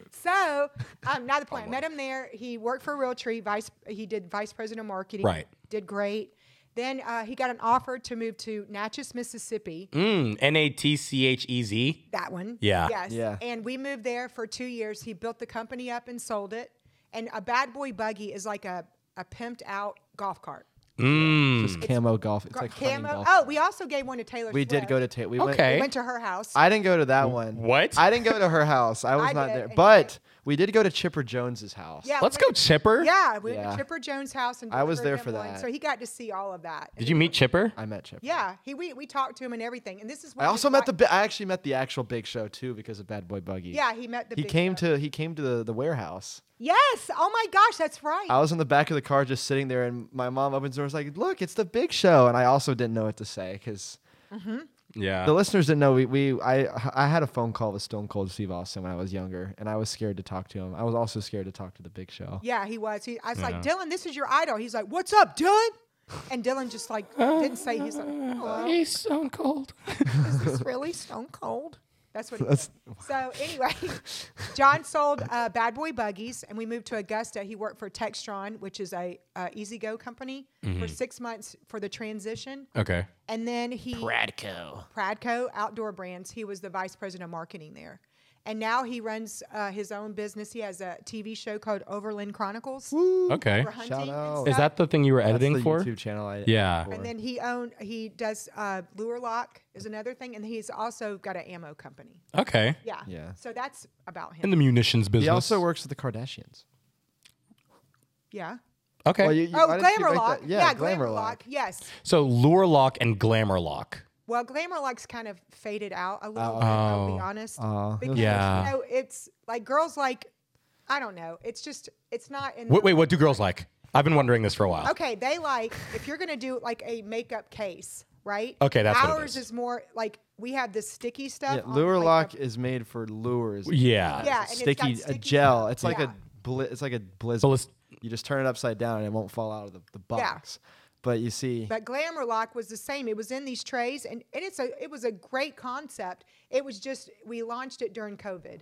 so um, not the point. Oh, I met him there. He worked for Realtree. Vice he did vice president of marketing. Right. Did great. Then uh, he got an offer to move to Natchez, Mississippi. (laughs) Mm, N A T C H E Z. That one. Yeah. Yes. Yeah. And we moved there for two years. He built the company up and sold it. And a bad boy buggy is like a, a pimped out golf cart. Mm. It's camo golf. It's like hunting Hmm. Camo. golf. Oh, we also gave one to Taylor. we did Swift. go to Tate. We went. Okay. We went to her house. I didn't go to that one. What? I didn't go to her house. I was I not did, there. and- But we did go to Chipper Jones's house. yeah, Let's we go, went- Chipper. Yeah, we went Yeah. to Chipper Jones' house and I was delivered there for him one, that. So he got to see all of that. Did you meet Chipper? I met Chipper. Yeah, he we, we talked to him and everything. And this is I when he also met the. brought- bi- I actually met the actual Big Show too because of Bad Boy Buggy. Yeah, he met the. He big came guy. to. He came to the, the warehouse. Yes. Oh my gosh, that's right. I was in the back of the car just sitting there, and my mom opens the door. and was like, "Look, it's the Big Show," and I also didn't know what to say because Yeah. the listeners didn't know. We, we I I had a phone call with Stone Cold Steve Austin when I was younger, and I was scared to talk to him. I was also scared to talk to the Big Show. yeah, he was. He, I was like, Yeah. Dylan, this is your idol. He's like, What's up, Dylan? And Dylan just like didn't say. (laughs) He's like, Hello, He's stone cold. is this really Stone Cold? That's what. He That's- said. So anyway, John sold uh, Bad Boy buggies, and we moved to Augusta. He worked for Textron, which is a uh, Easy Go company, Mm-hmm. for six months for the transition. (laughs) Okay. And then he Pradco. Pradco Outdoor Brands. He was the vice president of marketing there. And now he runs uh, his own business. He has a TV show called Overland Chronicles Okay. for hunting. out. And Is stuff. that the thing you were That's editing the for? YouTube channel. I, Yeah. And then he owned. He does uh, lure lock is another thing, and he's also got an ammo company. Okay. Yeah. Yeah. So that's about him. In the munitions business. He also works with the Kardashians. yeah. okay. Well, you- you- Oh, why didn't you glamour write lock. that? Yeah, glamour, lock. Yes. so lure lock and glamour lock. Well, glamour lock's kind of faded out a little. Oh. bit, I'll be Oh. honest. Oh, that's because Yeah. you know, it's like girls like I don't know. It's just it's not in. Wait, their- wait, what do girls like? I've been wondering this for a while. Okay, they like if you're gonna do like a makeup case, right? Okay, that's what ours it is. is. more like we have this sticky stuff. Yeah, on lure like, lock the- is made for lures. Yeah. Yeah, and it's got sticky, a sticky gel. stuff. It's like Yeah. a bli- it's like a blizzard. So let's- you just turn it upside down and it won't fall out of the, the Yeah. box. But you see, but glamour lock was the same. It was in these trays, and, and it's a it was a great concept. It was just we launched it during COVID,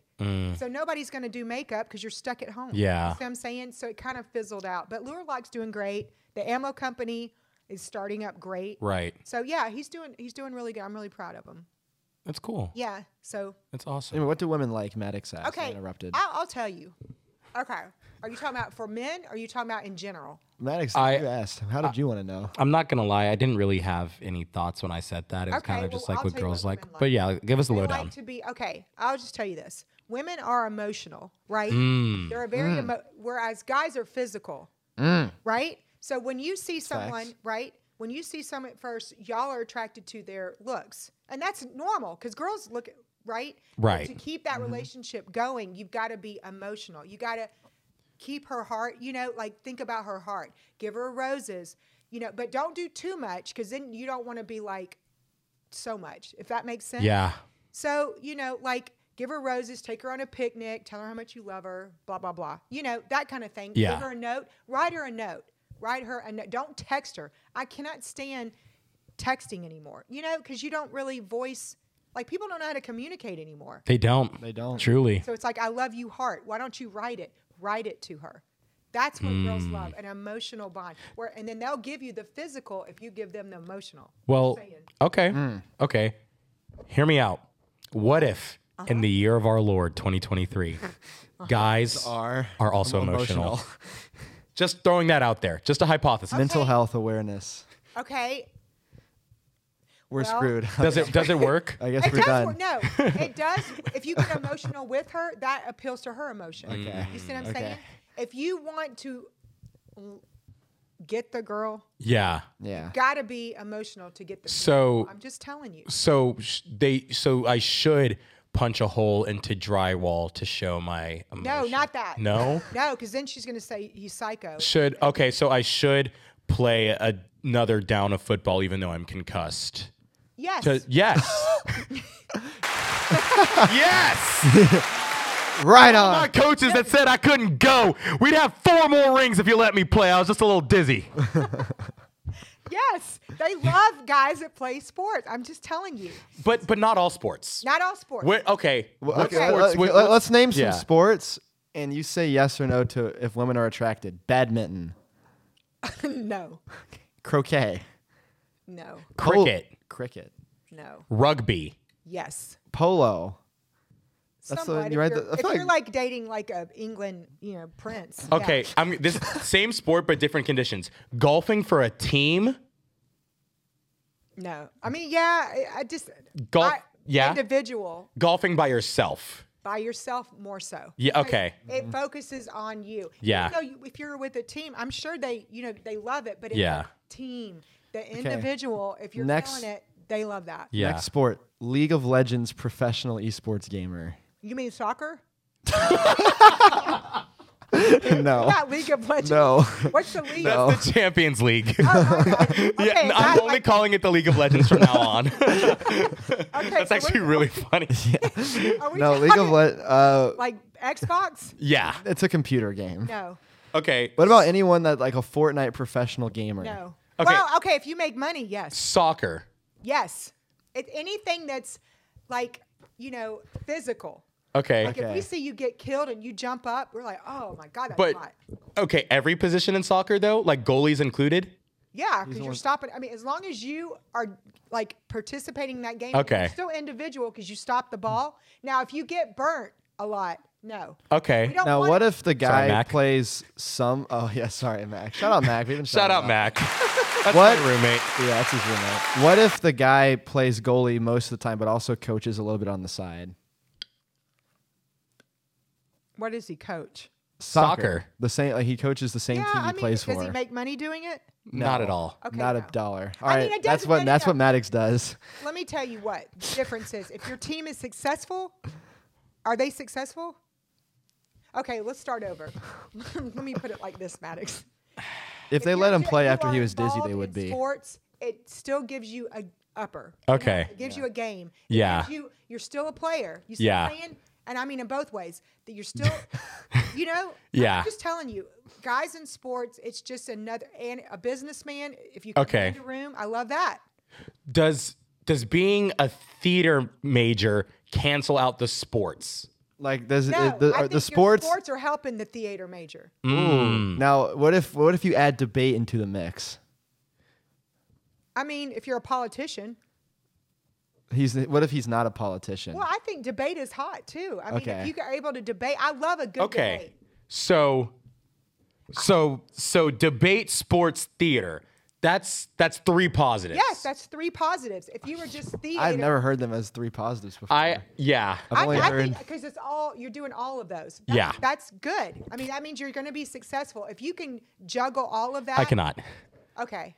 so nobody's going to do makeup because you're stuck at home. Yeah. you see what I'm saying. So it kind of fizzled out. But lure lock's doing great. The ammo company is starting up great. Right. So yeah, he's doing he's doing really good. I'm really proud of him. That's cool. Yeah. So That's awesome. anyway, what do women like? Maddox asked. I okay, interrupted. I'll, I'll tell you. Okay, are you talking about for men? Or are you talking about in general? Maddox, I- you asked. How did you want to know? I'm not gonna lie, I didn't really have any thoughts when I said that. It was Okay, kind of just well, like I'll what tell you what girls like. women like. But yeah, give us the They lowdown. like to be okay. I'll just tell you this: women are emotional, right? Mm. They're a very emo- whereas guys are physical, right? So when you see someone, right? When you see someone at first, y'all are attracted to their looks, and that's normal because girls look right. But Right. To keep that relationship going, you've got to be emotional. You got to keep her heart. You know, like think about her heart. Give her roses. You know, but don't do too much because then you don't want to be like so much. If that makes sense. yeah. So, you know, like give her roses, take her on a picnic, tell her how much you love her, blah, blah, blah. You know, that kind of thing. Yeah. Give her a note, write her a note, write her a note. Don't text her. I cannot stand texting anymore, you know, because you don't really voice Like people don't know how to communicate anymore. They don't. They don't. Truly. So it's like, I love you, heart. Why don't you write it? Write it to her. That's what girls love, an emotional bond. Where and then they'll give you the physical if you give them the emotional. Well, saying. okay. Hmm. Okay. Hear me out. What if Uh-huh. in the year of our Lord 2023, guys Are are also emotional. (laughs) Just throwing that out there. Just a hypothesis. Mental Okay. health awareness. Okay. We're Well- screwed. Does it does it work? (laughs) I guess It we're does done. work. No, it does. If you get emotional with her, that appeals to her emotion. Okay. You see what I'm Okay. saying? If you want to l- get the girl, Yeah. Yeah. gotta be emotional to get the girl. So- I'm just telling you. So sh- they so I should punch a hole into drywall to show my emotion. No, not that. No. No, because then she's gonna say he's psycho. Should okay, so I should play a- another down of football even though I'm concussed. Yes. To- (laughs) yes. (laughs) yes. Right Oh my on. coaches that said I couldn't go. We'd have four more rings if you let me play. I was just a little dizzy. Yes. They love guys that play sports. I'm just telling you. (laughs) But but not all sports. Not all sports. Where- okay. Well, what okay, sports- let- what- let- let's name some yeah. sports, and you say yes or no to if women are attracted. Badminton, (laughs) no. croquet, No. pol- cricket, cricket, No. rugby. Yes. polo. That's the- Somewhat. you're right, If the- you're, I if feel you're like- like dating like a England, you know, prince. yeah. Okay, I'm (laughs) this same sport but different conditions. Golfing for a team. No. I mean, yeah, I, I just Golf- I- yeah? individual Golfing by yourself. by yourself more so. Yeah, Like, okay. It focuses on you. Yeah. No, you, if you're with a team, I'm sure they, you know, they love it, but it's Yeah. a team, the individual, if you're Next- feeling it, they love that. Yeah. Next sport, League of Legends professional esports (laughs) gamer. You mean soccer? no. Not League of Legends. Oh. No. (laughs) What's the league? No. That's the Champions League. Oh, (laughs) okay. yeah, Okay, I'm that- only calling it the League of Legends from now on. (laughs) okay, (laughs) That's so actually we're- (laughs) really funny. Are we No, League of talking Le- uh Like Xbox? Yeah. it's a computer game. No, Okay. What about anyone that like a Fortnite professional gamer? no. Okay. Well, okay, if you make money, yes. soccer? Yes. It, anything that's like, you know, physical. Okay. Like Okay. if we see you get killed and you jump up, we're like, oh my God, that's But hot. okay, every position in soccer though, like goalies included. Yeah, because you're one- stopping. I mean, as long as you are like participating in that game, and Okay. you're still individual because you stop the ball. Now, if you get burnt a lot, no. Uh, Okay. We don't Now, want what if the guy Mac. plays some? Oh (laughs) yeah, sorry, Mac. Shout out, Mac. We didn't Shout out him Mac. That's What? my roommate. Yeah, that's his roommate. What if the guy plays goalie most of the time, but also coaches a little bit on the side? what is he coach? Soccer. The same. Like he coaches the same Yeah, team he I mean, plays does for. he make money doing it? Not at all. Okay, Not a no. dollar. All I right, mean, it that's doesn't what matter that's though. what Maddox does. Let me tell you what the difference is. If your team is successful, are they successful? Okay, let's start over. (laughs) Let me put it like this, Maddox. If they you're let him di- play you after are he was dizzy, involved they would in be. Sports, it still gives you a upper. Okay. It gives you a game. It Yeah. gives you, you're still a player. You still Yeah. playing, and I mean in both ways. That (laughs) you're still, you know. Yeah. I'm just telling you, guys in sports, it's just another and a businessman. If you Okay. in the room, I love that. Does does being a theater major cancel out the sports? Like does No, it, the, I are think the your sports. sports are helping the theater major. Hmm. Now, what if what if you add debate into the mix? I mean, if you're a politician, He's what if he's not a politician? well, I think debate is hot too. I mean, Okay. if you are able to debate, I love a good Okay. debate. So so so debate sports theater. That's that's three positives. Yes, that's three positives. If you were just theater, I've never heard them as three positives before. I yeah. I've only heard. because it's all you're doing all of those. That's, Yeah. that's good. I mean, that means you're going to be successful if you can juggle all of that. I cannot. (laughs) Okay.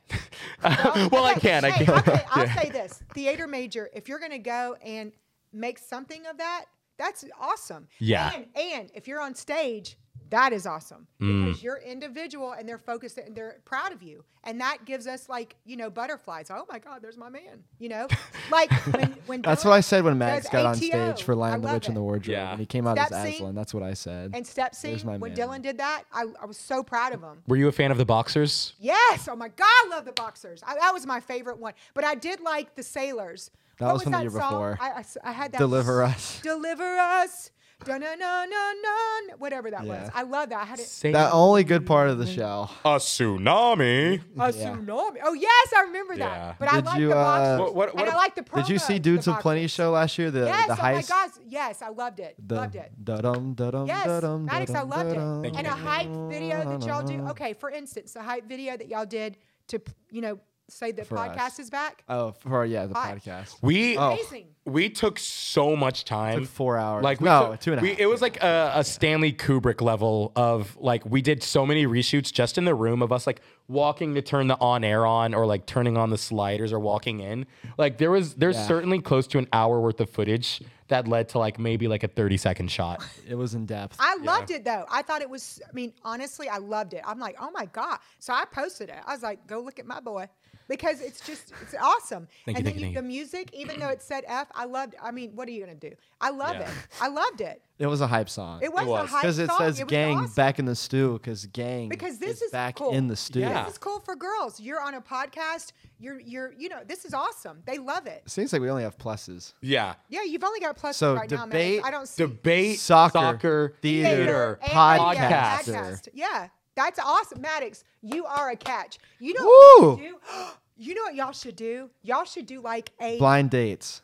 Well, I okay, can. I hey, can. Okay, I'll say this: theater major. If you're going to go and make something of that, that's awesome. Yeah. And, and if you're on stage, that is awesome Mm. because you're individual and they're focused and they're proud of you, and that gives us like you know butterflies. Oh my God, there's my man. You know, like (laughs) when when That's Dylan what I said when does Max got on ATO. stage for Lion I the love Witch and the it. Wardrobe. Yeah. And he came out as Step scene. Aslan. That's what I said. and step There's scene my when man. Dylan did that, I, I was so proud of him. Were you a fan of the boxers? Yes, oh my God, I love the boxers. I, that was my favorite one. But I did like the sailors That what was from the that year song? before. I, I s- I had that. Deliver Us. Deliver us. Dun dun dun dun dun. Whatever that Yeah. was. I love that. I had it. Save That only good part of the show. a tsunami. A Yeah. tsunami. Oh yes, I remember that. Yeah. But I Did like you, the box. uh, What- what- what- and I like the promo. Did you see the Dudes of box. Plenty show last year? The Yes. the oh my heist. gosh. Yes, I loved it. The loved it. da-dum, da-dum, Yes, da-dum, Maddox, I da-dum, loved it. da-dum, Thank And a you. hype video that y'all do. da-dum. Okay, for instance, the hype video that y'all did to you know say the For us. podcast is back. Oh, for yeah, the Hi. podcast. We Oh. Amazing. we took so much time. Took four hours. Like we no, took- two and a half. we- it was like a, a Stanley Kubrick level of like we did so many reshoots just in the room of us like walking to turn the on air on or like turning on the sliders or walking in. Like there was there's Yeah. certainly close to an hour worth of footage that led to like maybe like a 30 second shot. It was in depth. I loved it though. I thought it was. I mean, honestly, I loved it. I'm like, oh my god. So I posted it. I was like, go look at my boy, because it's just it's awesome. Thank you, and thank then you, thank you. the music, even though it said F, I loved. I mean, what are you gonna do? I love Yeah. it. I loved it. It was a hype song. It was, a was. hype because it song. says was "gang awesome. back in the stew" because "gang" because this is, back cool. in the stew. Yeah. This is cool for girls. You're on a podcast. You're you're you know this is awesome. They love it. Seems like we only have pluses. (laughs) Yeah. Yeah, you've only got pluses So right now, man. debate- I don't see Debate, Soccer, soccer, theater, theater, and radio, podcaster. podcast. Yeah, that's awesome, Maddox. You are a catch. You know Woo! what you should do. (gasps) You know what y'all should do? Y'all should do like a Blind dates.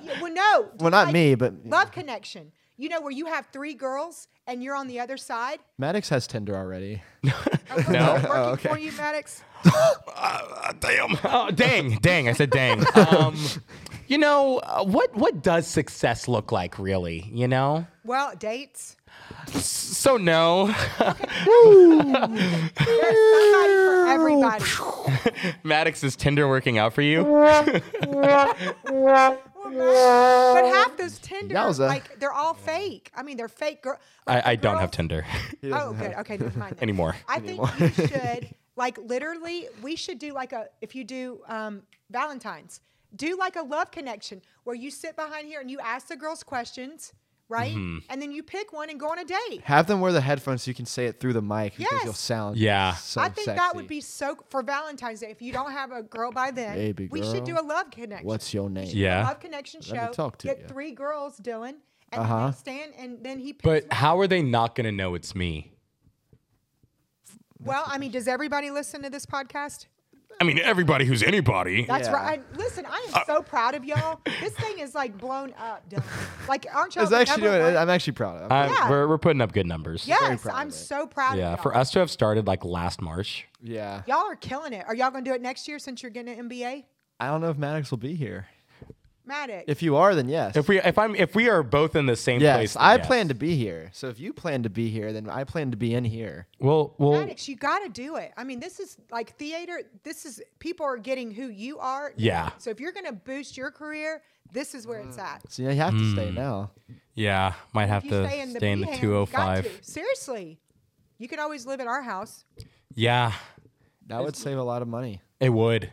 Yeah, well, no. Well, not like me, but Love connection. You know where you have three girls and you're on the other side. Maddox has Tinder already. Okay, No. working Oh, (laughs) okay. for you, Maddox. Uh, damn. (laughs) Oh, dang. Dang. I said (laughs) dang. Um, you know, uh, what what does success look like really, you know? Well, dates. So no. (laughs) There's somebody for everybody. Maddox, is Tinder working out for you? Well, Maddox- But half those Tinder, Yowza. like they're all fake. I mean, they're fake girl. like, I, I the don't have girls- Tinder (laughs) Oh, good. Okay, never mind. then. anymore. I think (laughs) you should like literally. We should do like a if you do um, Valentine's, do like a love connection where you sit behind here and you ask the girls questions, right? Mm-hmm. And then you pick one and go on a date. Have them wear the headphones so you can say it through the mic because you'll Yes. sound Yeah. so I think sexy. that would be so for Valentine's Day. If you don't have a girl by then, Baby we should do girl, a love connection. What's your name? Yeah. A love connection show. me talk to get ya. three girls, Dylan, and Uh-huh. then they stand, and then he. Picks But one. how are they not going to know it's me? well, I mean, does everybody listen to this podcast? I mean, everybody who's anybody. That's Yeah. Uh, right. I- Listen, I am so proud of y'all. This thing is like blown up, Dylan. Like, aren't y'all? It's the actually number doing it. one- I'm actually proud of. it. I- Yeah. we're, we're putting up good numbers. yes, proud I'm of it. so proud. Yeah. of y'all. For us to have started like last March. yeah. y'all are killing it. Are y'all gonna do it next year since you're getting an MBA? I don't know if Maddox will be here. Maddox. If you are, then yes. If we if I'm if we are both in the same yes, place. then I yes. plan to be here. So if you plan to be here, then I plan to be in here. Well, well, Maddox, you gotta do it. I mean, this is like theater. This is people are getting who you are. Yeah. So if you're gonna boost your career, this is where Mm. it's at. So you have to Hmm. stay now. yeah, might have If you to stay in the, stay in the Behan, you got 205. to. Seriously, you can always live at our house Yeah. That would save a lot of money. It would.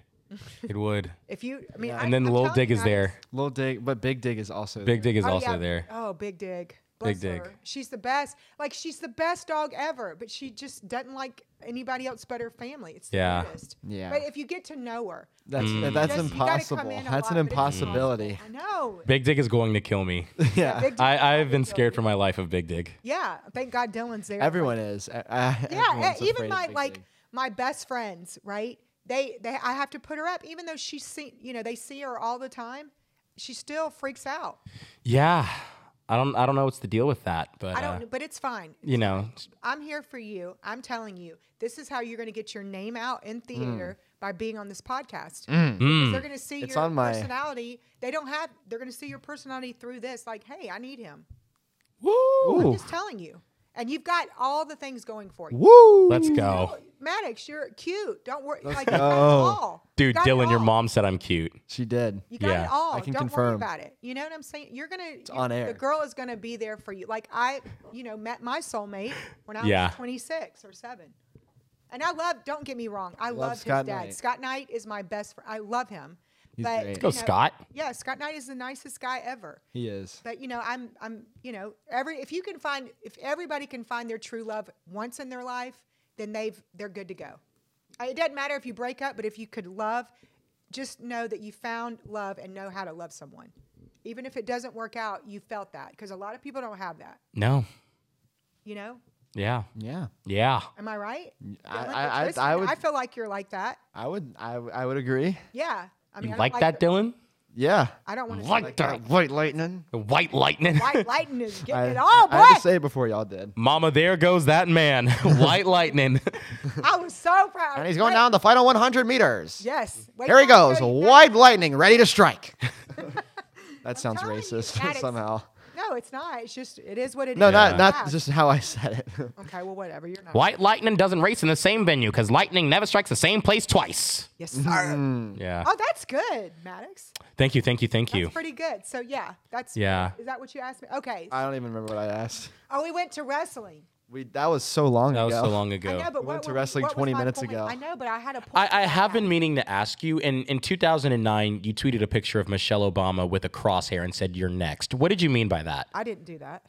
It would. if you. I mean, I, And then I'm Lil telling Dig you is guys, there. Little dig, but big dig is also Big Dig is Oh, also yeah. there. Oh, Big Dig. Bless Dig. her. She's the best. Like she's the best dog ever, but she just doesn't like anybody else but her family. It's the Yeah. weirdest. Yeah. But if you get to know her, That's hmm. that's just- you gotta come impossible. in a That's an lot, but it's impossibility. I know. Big Dig is going to kill (laughs) me. (laughs) yeah. Big Dig- I, I've been scared for my life of Big Dig. yeah. Thank God Dylan's there. Everyone is. I- I- yeah. everyone's e- afraid Even of my Big like Dig. my best friends, right? They they I have to put her up, even though she's seen you know they see her all the time. She still freaks out. Yeah. I don't I don't know what's the deal with that, but I uh, don't, but it's fine. you know, I'm here for you. I'm telling you, this is how you're going to get your name out in theater by being on this podcast. Because Mm. They're going to see Mm. It's your on my- personality. They don't have. They're going to see your personality through this. Like, hey, I need him. I'm Woo. oh, just telling you. And you've got all the things going for you. Woo. let's go. Maddox, you're cute. Don't worry. Like, you got it go. all. You Dude, got it Dylan, your all. mom said I'm cute. She did. You got Yeah. it all. I can Don't confirm. worry about it. You know what I'm saying? You're gonna you- on air. The girl is gonna be there for you. Like I, you know, met my soulmate when I was Yeah. 26 or seven, and I love. Don't get me wrong. I loved Scott his dad. Knight. Scott Knight is my best friend. I love him. He's great. but you Let's Go, know, Scott. Yeah, Scott Knight is the nicest guy ever. He is. But you know, I'm, I'm, you know, every if you can find, if everybody can find their true love once in their life, then they've they're good to go. Uh, It doesn't matter if you break up, but if you could love just know that you found love and know how to love someone. Even if it doesn't work out, you felt that because a lot of people don't have that. No. You know, Yeah. Yeah, Yeah. am I right? I- Dylan or I- I- Tristan? I would- I feel like you're like that. I would, I, w- I would agree. Yeah. I mean, I you don't like, that, Dylan? Yeah, I don't want to Like like that. that. white lightning. The white lightning. White lightning is getting (laughs) I, it all, boy. I had to say it before y'all did. (laughs) Mama, there goes that man. (laughs) white lightning. (laughs) I was so proud. And he's going Wait- down the final 100 meters. Yes. Wait Here he till I goes, show you. wide lightning, ready to (laughs) strike. that sounds telling you, racist (laughs) that is- somehow. No, it's not. It's just it is what it is. No, Yeah. not not Wow. just how I said it. (laughs) Okay, well, whatever. You're not. white lightning doesn't race in the same venue because lightning never strikes the same place twice. Yes, sir. Mm. Yeah. Oh, that's good, Maddox. Thank you. Thank you. Thank That's you. pretty good. So yeah, that's Yeah. Is that what you asked me? Okay. I don't even remember what I asked. oh, we went to wrestling. We that was so long That ago. was so long ago. I know, but We what went to were- wrestling what was 20 my minutes point? ago. I know, but I had a point. I, I about have been that. meaning to ask you. In, in 2009, you tweeted a picture of Michelle Obama with a crosshair and said, You're next. What did you mean by that? I didn't (laughs) do that.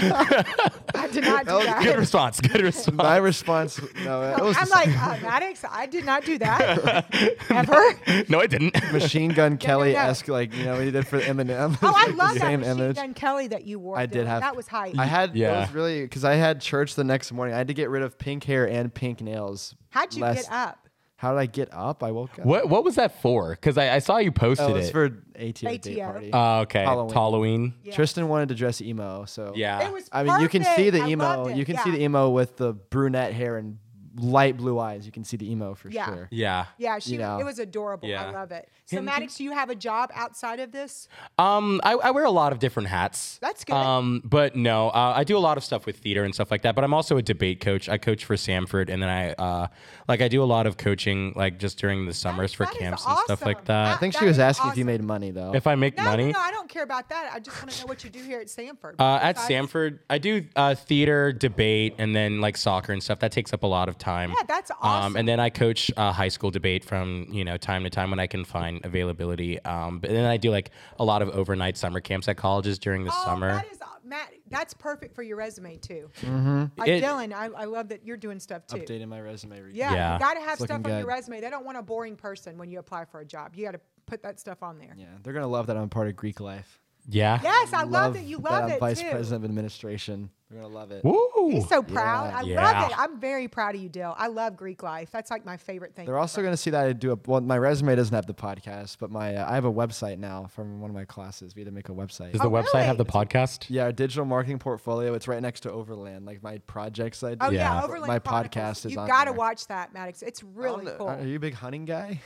I did not do that. Good response. Good (laughs) response. My response, no, it was (laughs) I'm the (laughs) like uh, Maddox. I did not (laughs) do that ever. (laughs) no, I didn't. Machine Gun Kelly esque, (laughs) no. like you know what he did for Eminem. Oh, I (laughs) It's love the that same Machine image. Gun Kelly that you wore. I did Dylan. have that was E. hype. I had yeah. Yeah. was really because I had church the next morning. I had to get rid of pink hair and pink nails. How'd you last- get up? How did I get up? I woke up. What what was that for? Because I, I saw you posted Oh, it was it. for ATO, date ATO. party. Oh, okay. Halloween. Halloween. Yeah. Tristan wanted to dress emo, so Yeah. It was I mean, you can see perfect. the I emo. loved it. You can yeah. see the emo with the brunette hair and light blue eyes. You can see the emo for Yeah. sure. Yeah. Yeah, she you know. it was adorable. Yeah. I love it. So Him- Maddox, do you have a job outside of this? Um, I, I wear a lot of different hats. That's good. Um, but no, uh, I do a lot of stuff with theater and stuff like that. But I'm also a debate coach. I coach for Samford, and then I uh, like I do a lot of coaching, like just during the summers for that is camps and stuff like awesome. that. I think That she was is asking if you awesome. made money though. if I make No, money, no, no, I don't care about that. I just want to know what you do here at Sanford. Uh, at Besides- Samford, I do uh, theater, debate, and then like soccer and stuff. That takes up a lot of time. Yeah, that's Um, awesome. and then I coach uh, high school debate from you know time to time when I can find availability. Um, but then I do like a lot of overnight summer camps at colleges during the Oh, summer. That is Matt. That's perfect for your resume too. Like It- Dylan, I, I love that you're doing stuff too. Updating my resume. re- Yeah, Yeah. you got to have stuff on looking your good. resume. They don't want a boring person when you apply for a job. You got to put that stuff on there. Yeah, they're gonna love that I'm part of Greek life. yeah. Yes, I love, that you love I'm it vice too. president of administration. They're gonna love it. Woo! He's so proud. I Yeah. love it. I'm very proud of you, Dill. I love Greek life. That's like my favorite thing. They're also gonna see that I do a well. My resume doesn't have the podcast, but my uh, I have a website now from one of my classes. We had to make a website. Does the Oh, website have the really? podcast? yeah, our digital marketing portfolio. It's right next to Overland, like my projects I do. Oh yeah, Yeah. Overland My Chronicles. podcast is You on got to there. watch that, Maddox. It's really Are- cool. Are you a big hunting guy?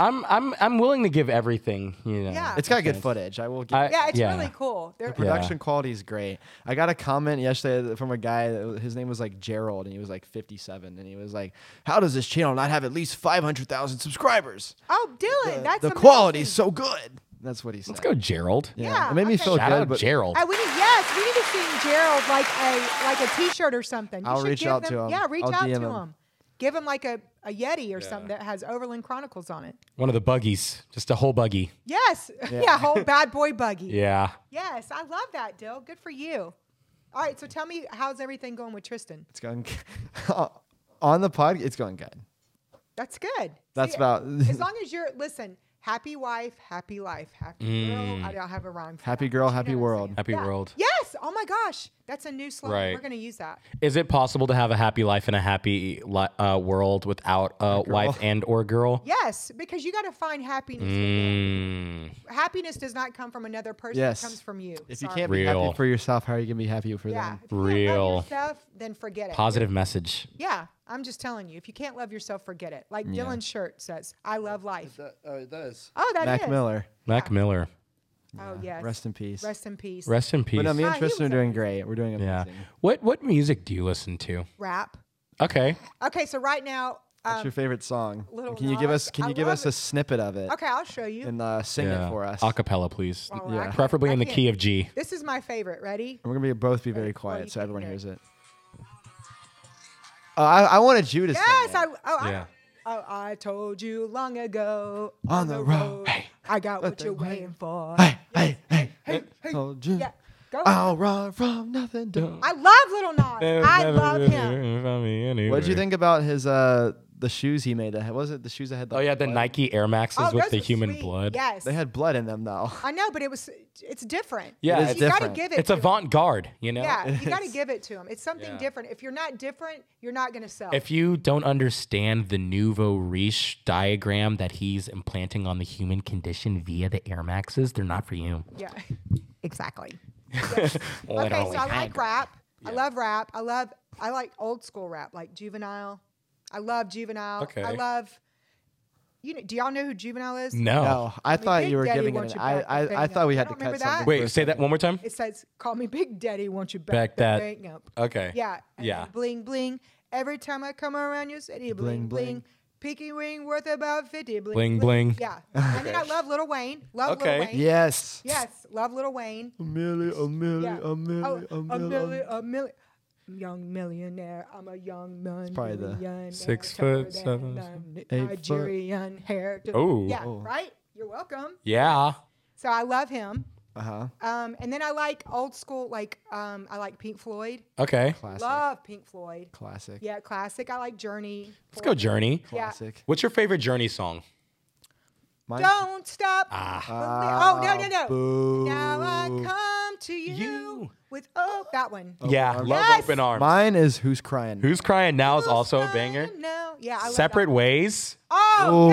I'm I'm I'm willing to give everything. You know. Yeah. It's got good footage. I will. Give I- yeah, it's yeah. really cool. They're, Yeah. Production quality is great. I got a comment yesterday that- from a guy. that was- His name was like Gerald, and he was like 57, and he was like, "How does this channel not have at least 500,000 subscribers? Oh, Dylan, that's the amazing. quality's so good." That's what he said. Let's go, Gerald. Yeah, it made me okay. feel Shout Oh, good. out but Gerald. Uh, we need, yes, we need to see Gerald like a like a T-shirt or something. You I'll should reach give out them, to him. Yeah, reach I'll out DM to him. him. Give him like a, a Yeti or something that has Overland Chronicles on it. One of the buggies, just a whole buggy. Yes, (laughs) yeah, whole bad boy buggy. Yeah. Yes, I love that, Dill. Good for you. All right, so tell me how's everything going with Tristan? It's going (laughs) on the pod. It's going good. That's good. That's See, about (laughs) as long as you're listen. Happy wife, happy life, happy girl. I don't have a rhyme. for happy that, girl, but you happy know what I'm world. saying. Mm. Happy Yeah. world. Yes. Oh my gosh, that's a new slogan. Right. We're gonna use that. Is it possible to have a happy life and a happy li- uh, world without a wife and or girl? Yes, because you got to find happiness. within. Mm, Happiness does not come from another person; Yes. it comes from you. If you Sorry. can't be Real. happy for yourself, how are you gonna be happy for yeah, them? if you can't love Real. yourself, then forget it. positive message. Yeah, I'm just telling you. If you can't love yourself, forget it. Like Dylan's shirt says, "I love life." oh, it does. Oh, that is. Mac Miller. Mac Miller, Oh yes. Rest in peace. Rest in peace. rest in peace. But no, me Ah, and he Tristan are was doing great. We're doing yeah. amazing. What what music do you listen to? Rap. Okay. Okay, so right now, What's um, your favorite song? Little Can you give Nas, us Can I you give love us it. a snippet of it okay, I'll show you. and uh, sing it for us? Acapella, please. All right. Preferably I in the can't- key of G. This is my favorite. Ready? We're gonna be both be very you quiet so can everyone hear it. hears it. Uh, I, I wanted you to Yes, sing. I. it. Oh, Yeah. I, oh, I told you long ago. On the road. Hey. I got what they you're wait. waiting for. Hey, hey, hey, hey, told you. Yeah, go. I'll run from nothing. Don't. I love Little Nas. I love him. What did you think about his uh, the shoes he made. That had, was it the shoes that had. Oh yeah, the blood? Nike Air Maxes Oh, with those the were human sweet. blood. Yes, They had blood in them though. I know, but it was it's different. Yeah, It is you gotta different. give it. It's to avant-garde, you know. Yeah, you gotta give it to them. It's something Yeah. different. If you're not different, you're not gonna sell. If you don't understand the nouveau riche diagram that he's implanting on the human condition via the Air Maxes, they're not for (laughs) you. (laughs) yeah, exactly. Okay, Literally. so I like rap. I love rap. I love I like old school rap, like Juvenile. I love Juvenile. I Okay. love. You know, do y'all know who Juvenile is? no. (laughs) No, I thought Big you were Daddy giving wants it. you An, I, back, Big I, I Daddy. thought we I had to don't cut remember something. that. for Wait, say that one more time. It says, "Call me Big Daddy, won't you Back back, that- that bank up?" Okay. Yeah. and Yeah. then Bling bling. Every time I come around your city, Bling, bling bling. bling. Pinky ring worth about fifty. Bling Bling, bling. bling. Yeah. And then I love Little Wayne. Love Okay. Little Wayne. Yes. Yes. Love Little Wayne. A milli, a milli, Yeah. a milli, oh, a a milli. milli, a milli. Young millionaire, I'm a young millionaire. probably the six taller foot than seven- the eight foot. Nigerian hair. Ooh. yeah, Oh. right. You're welcome. Yeah. So I love him. Uh huh. Um, and then I like old school, like um, I like Pink Floyd. Okay. Classic. Love Pink Floyd. Classic. Yeah, classic. I like Journey. Let's go, Journey. Yeah. Classic. What's your favorite Journey song? Mine- Don't stop. Ah. Belie- oh no no Ah, no. Boo. Now I come to you, You. with oh that one. yeah. Arms. Love Yes! Open Arms. Mine is who's crying. Who's Crying Now is also a banger. No, yeah. I love that Separate one. Ways. Ooh. Oh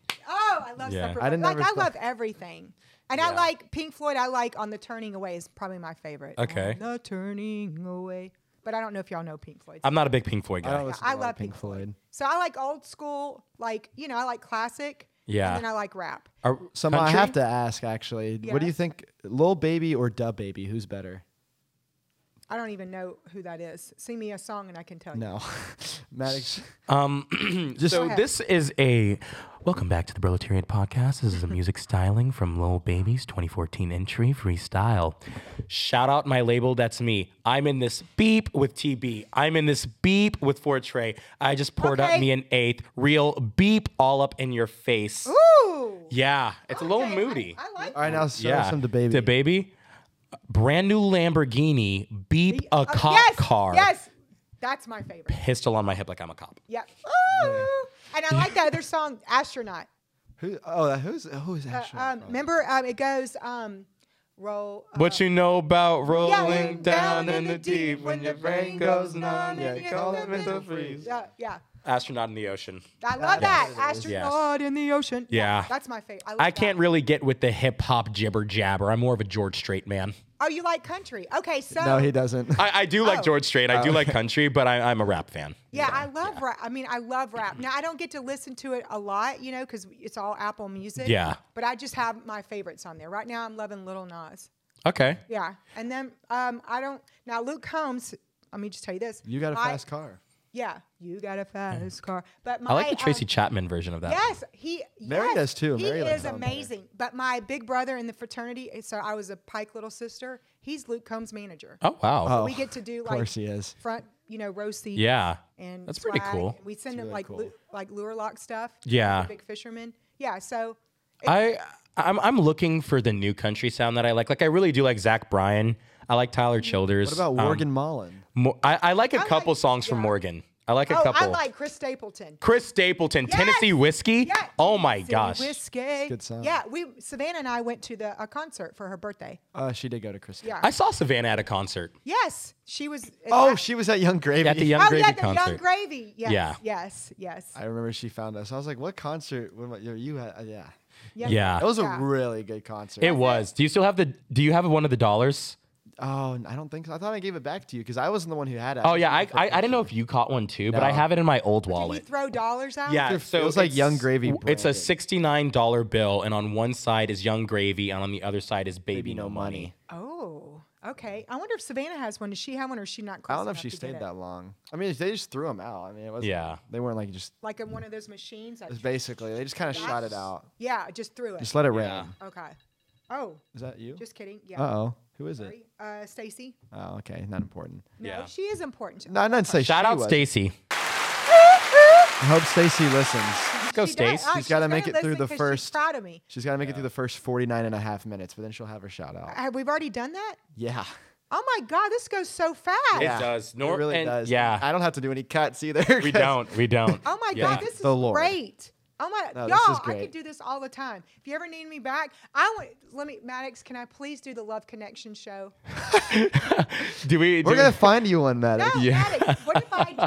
yes. Oh, I love Mm. Yeah. separate. I didn't like ever I thought- love everything. And I Yeah. like Pink Floyd. I like on the Turning Away is probably my favorite. Okay. On the Turning Away. But I don't know if y'all know Pink Floyd. I'm not a big Pink Floyd I don't guy. listen to I a lot of love Pink Pink Floyd. So I like old school, like you know, I like classic. Yeah. And then I like rap. Are- So Ma, I country? have to ask actually. What do you Yes. think, Lil Baby or Dub Baby? Who's better? I don't even know who that is. Sing me a song and I can tell you. No, (laughs) Maddox. Um, (clears throat) so ahead. this is a welcome back to the Proletariat Podcast. This is a music styling from Lil Baby's 2014 entry freestyle. Shout out my label, that's me. I'm in this beep with TB. I'm in this beep with Fortray. I just poured up Okay. me an eighth. Real beep all up in your face. Ooh. Yeah, it's a little Okay, I- moody. I, like. All right, now show yeah, us some the baby. The baby. Brand new Lamborghini, beep a Uh, cop yes, car. Yes. That's my favorite. Pistol on my hip like I'm a cop. Yep. Ooh. And I like the other song, Astronaut. Who? Oh, that- who's who is Uh, that? show? um, Oh. remember, um, it goes, um, roll. Uh, What you know about rolling yeah, when down, in the deep when your brain goes numb? yeah, Yeah, you and call your it mental mental freeze. Yeah, yeah. Astronaut in the ocean. I love that. Astronaut in the ocean. Yeah. That's my favorite. I, love I that. can't really get with the hip hop jibber jabber. I'm more of a George Strait man. Oh, you like country? Okay, so No, he doesn't. I, I do like Oh. George Strait. I do like country, but I, I'm a rap fan. Yeah, I love rap. I mean, I love rap. Now I don't get to listen to it a lot, you know, because it's all Apple Music. Yeah. But I just have my favorites on there. Right now, I'm loving Little Nas. Okay. Yeah, and then um, I don't now Luke Combs. Let me just tell you this. you got a My- fast car. Yeah, you got a fast car. But my, I like the Tracy um, Chapman version of that. Yes, he. Mary yes, does too. He Mary likes is Tom Mary. amazing. But my big brother in the fraternity, eh, so I was a Pike little sister. He's Luke Combs' manager. Oh wow. Oh, we get to do Of like course he is. front, you know, row seats Yeah. and That's pretty swag. cool. We send them really like cool. lu- like lure lock stuff. Yeah. the big fishermen. Yeah, so I I'm I'm looking for the new country sound that I like. Like I really do like Zach Bryan. I like Tyler Childers. Um, What about Morgan Mullen? Mo- I, I like a like- couple songs from yeah. Morgan. I like a oh, couple. I like Chris Stapleton. Chris Stapleton, Yes! Tennessee Whiskey. Yeah. Oh my Tennessee gosh. whiskey. good song. Yeah, we Savannah and I went to the a concert for her birthday. Uh, she did go to Chris. Yeah. I saw Savannah at a concert. Yes, she was. Oh, she was at Young Gravy. At the Young oh Gravy yeah, the concert. Young Gravy. Yes, Yeah. Yes. Yes. I remember she found us. I was like, "What concert? What about you? you had, uh, yeah, yes. Yeah. that was Yeah. a really good concert." It was. Do you still have the do you have one of the dollars? Oh, n- I don't think so. I thought I gave it back to you because I wasn't the one who had it. Oh yeah, I, I I didn't know if you caught one too, but I No. have it in my old Did you wallet. throw dollars out? Yeah, It so feels like it's- Young Gravy w- It's a branded. sixty-nine dollar bill, and on one side is Young Gravy, and on the other side is Baby, Maybe No Money. Oh. Okay. I wonder if Savannah has one. Does she have one, or is she I not? Close don't know if enough she to get stayed it? that long. I mean, they just threw them out. I mean, it was Yeah. They weren't like just Like in one of those machines. that- it's basically they just kind of shot it That's- out. Yeah, just threw it. Just let it Yeah. rain. okay. Oh, Is that you? just kidding. Yeah. Uh oh. Who is it? Sorry. Uh, Stacy. Oh, okay. Not important. No, Yeah. she is important. No, I didn't say Hmm. Shout she out was. Stacy. I hope Stacy listens. Let's go, She does. (laughs) Stace. Oh, She's gotta gonna make it through listen the 'cause She's first- proud of me. (laughs) She's got to make it through the first 49 and a half minutes, but then she'll have her shout out. Have we've already done that? Yeah. Oh my God, this goes so fast. Yeah. does. it Nor- really and- does. yeah. I don't have to do any cuts either. 'cause- We don't. We (laughs) don't. Oh my Yeah. God, this is The Lord. great. Oh my, No, y'all, this is I great. could do this all the time. If you ever need me back, I want. Let me, Maddox. Can I please do the Love Connection (laughs) show? do we? Do We're (laughs) gonna we- find you one, Matt. No, Yeah. Maddox. What if I (laughs)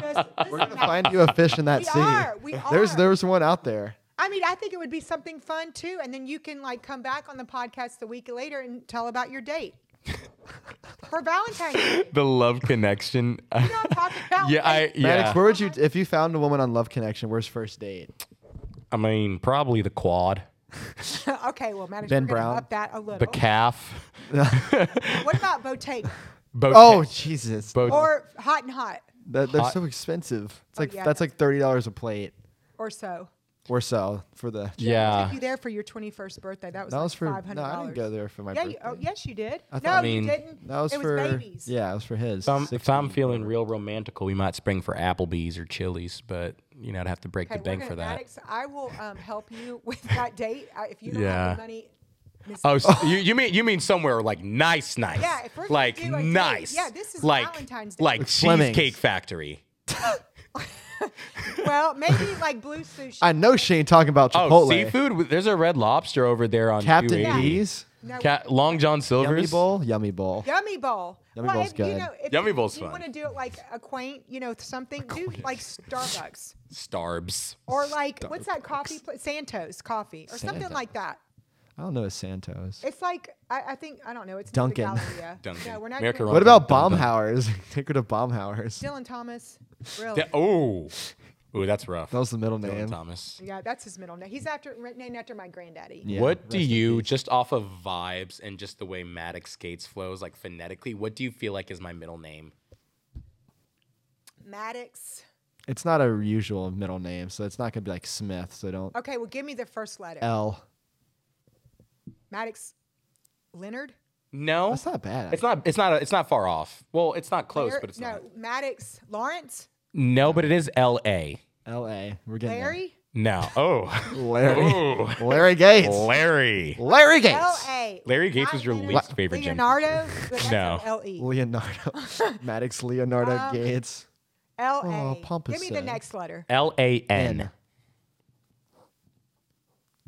We're just? listen, gonna Maddox, find you a fish in that We sea. are, we (laughs) There's are. there's one out there. I mean, I think it would be something fun too, and then you can like come back on the podcast the week later and tell about your (laughs) date for Valentine's. Day. the love connection. (laughs) You know what I'm talking about? yeah, I Like, yeah. Maddox, where would you if you found a woman on Love Connection? Where's first date? I mean, probably the quad, (laughs) okay, well, Maddox, Ben we're gonna Brown. up that a little. the (laughs) calf, what (laughs) about Boutique both. Oh Jesus! both. or Hot and Hot That, they're Hot. so expensive. It's like Oh, yeah, that's no. like thirty dollars a plate or so? or so for the. yeah. took you there for your 21st birthday. That was, That like was for. $500. No, I didn't go there for my Yeah, you, birthday. oh, yes, you did. I no, thought- I mean, you didn't. That was it was for babies. yeah, it was for his. If I'm, if 60. I'm feeling real romantical, we might spring for Applebee's or Chili's, but you know, I'd have to break Okay, the we're bank gonna- for that. Maddox, I will (laughs) um, help you with that date uh, if you don't have Yeah. the money. Miss- Uh, (laughs) Oh, so you, you mean you mean somewhere like nice, nice? Yeah, if we're gonna like do a date- nice. yeah, this is like, Valentine's Day. Like Like Fleming's. Cheesecake Factory. (laughs) well, maybe like blue sushi. I know she ain't talking about Oh, Chipotle. seafood. There's a Red Lobster over there on Captain 280. D's no, Ca- Long John Silver's. Yummy Bowl. Yummy Bowl. Yummy bowl. Yummy well, bowl's if, good. You know, if Yummy you, bowl's if you fun. want to do it like a quaint, you know, something, do like Starbucks (laughs) Starbs. or like what's that coffee? Pla- Santos coffee or something Santos. like that. I don't know a Santos. It's like I, I think I don't know. It's (laughs) Dunkin'. Not the Galleria. Dunkin'. No, we're not. America doing- What Dun, about dun, dun. Baumhauer's? (laughs) Take her to Baumhauer's. Dylan Thomas. Really? Th- oh, ooh, that's rough. That was the middle Dylan name. Thomas. Yeah, that's his middle name. He's after re- named after my granddaddy. Yeah, what do rest in you just off of vibes and just the way Maddox Gates flows, like phonetically? What do you feel like is my middle name? Maddox. It's not a usual middle name, so it's not gonna be like Smith. So don't Okay, well, give me the first letter. L. Maddox Leonard. No, That's not bad. It's not. It's not. A, it's not far off. Well, it's not close, Lar- but it's no, not. Maddox Lawrence. No, but it is L A. L A. We're getting there. Larry. No. (laughs) Oh, Larry. Ooh. Larry Gates. Larry. Larry Gates. L A. Larry Gates was your least favorite Jim Leonardo. but that's No. L E. (laughs) Leonardo. Maddox Leonardo Um, Gates. L Oh, A. pompous Give me the say. next letter. L A N. N.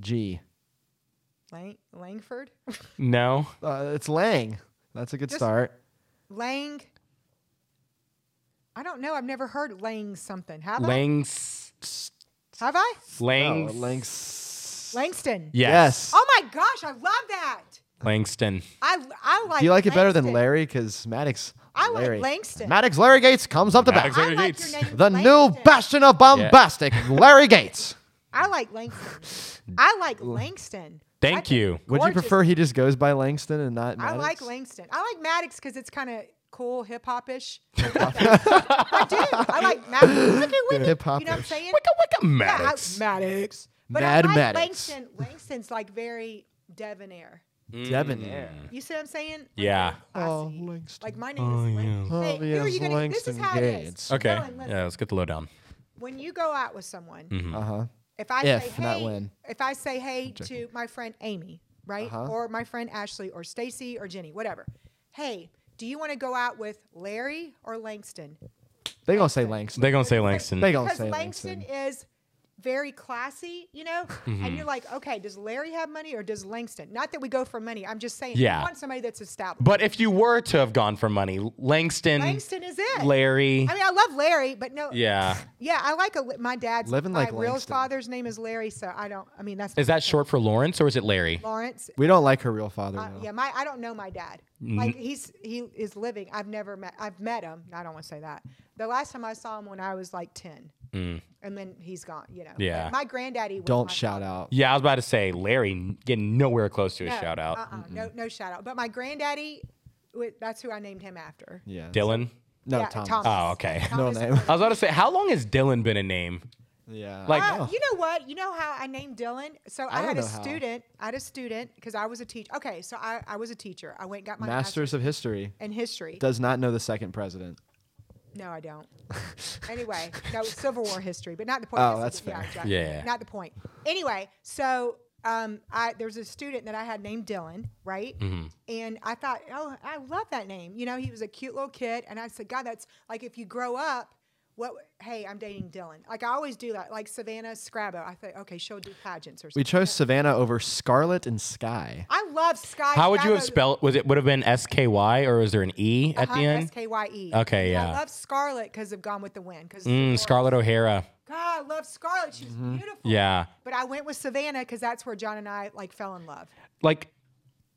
G. Lang- Langford. (laughs) No. Uh, it's Lang. That's a good Just- start. Lang. I don't know. I've never heard Lang something. Have Langs. I? Have I? Oh, Langs. Oh, Langs. Langston. Yes. Oh my gosh, I love that. Langston. I I like. Do you like it better than Langston. Larry? Because Maddox. I like Larry. Langston. Maddox Larry Gates comes up to bat. Maddox I Larry like Gates. your name, The Langston. new bastion of bombastic, (laughs) Larry Gates. I like Langston. I like Langston. Thank That's you. Would you gorgeous. prefer he just goes by Langston and not I Maddox? like Langston. I like Maddox because it's kind of cool, hip hop ish. (laughs) I do. I like Maddox. Look at women. You know what I'm Hip-hop-ish. Wicka saying? wicka Yeah, I- Maddox. Maddox. But Mad I like Maddox. Langston. Langston's like very debonair. Mm, Debonair. You see what I'm saying? Like, Yeah. classy. Oh, Langston. Like my name is Langston. Oh, Hey, here yes, you gonna, this Langston is how it Gates. is. Okay. Dylan, listen. Yeah. Let's get the lowdown. When you go out with someone, Mm-hmm. Uh huh. If I say If, not hey, when. if I say hey to my friend Amy, right, Uh-huh. or my friend Ashley, or Stacy, or Jenny, whatever, hey, do you want to go out with Larry or Langston? They gonna say Langston. They're gonna say Langston. They gonna Because say Langston, Langston. Mm-hmm. is very classy, (laughs) you know, and you're like, okay, does Larry have money or does Langston? Not that we go for money. I'm just saying, you Yeah. want somebody that's established. But if you were to have gone for money, Langston, Langston is it. Larry. I mean, I love Larry, but no. yeah. Yeah, I like a, my dad's. Living like my real Langston. father's name is Larry, so I don't. I mean, that's Is that short for Lawrence or is it Larry? Lawrence? We don't like her real father. Uh, though. yeah, my I don't know my dad. Mm-hmm. Like he's he is living. I've never met. I've met him. I don't want to say that. The last time I saw him when I was like ten, and then he's gone. You know. But Mm. Yeah. My granddaddy. Was Don't my shout out. Yeah, I was about to say Larry n- getting nowhere close to a no, shout out. Uh-uh, no, no shout out. But my granddaddy, wi- that's who I named him after. Yeah. Dylan. No, Yeah, Thomas. Thomas. Oh, okay. Middle (laughs) Thomas- name. I was about to say, how long has Dylan been a name? Yeah. Like- Uh, you know what? You know how I named Dylan? So I, Oh. don't had a know how. student. I had a student because I was a teacher. Okay, so I, I was a teacher. I went and got my Masters of History in history. does not know the second president. No, I don't. anyway, no it's Civil War history, but not the point. Oh, Yes, I that's did- fair. exactly. Yeah. Not the point. Anyway, so um, I there's a student that I had named Dylan, right? Mm-hmm. And I thought, oh, I love that name. You know, he was a cute little kid, and I said, God, that's like if you grow up, what? Hey, I'm dating Dylan. Like I always do that. Like Savannah Scrabo. I thought, okay, she'll do pageants or We something. chose Savannah over Scarlet and Sky. I love Sky. How would you have Scrabo. spelled? Was it would have been S K Y or is there an E at the Uh-huh, end? S-K-Y-E. Okay, And I yeah. love Scarlet because of Gone with the Wind. Because Mm, Scarlett O'Hara. God, I love Scarlet. She's Mm-hmm. beautiful. Yeah. But I went with Savannah because that's where John and I like fell in love. Like,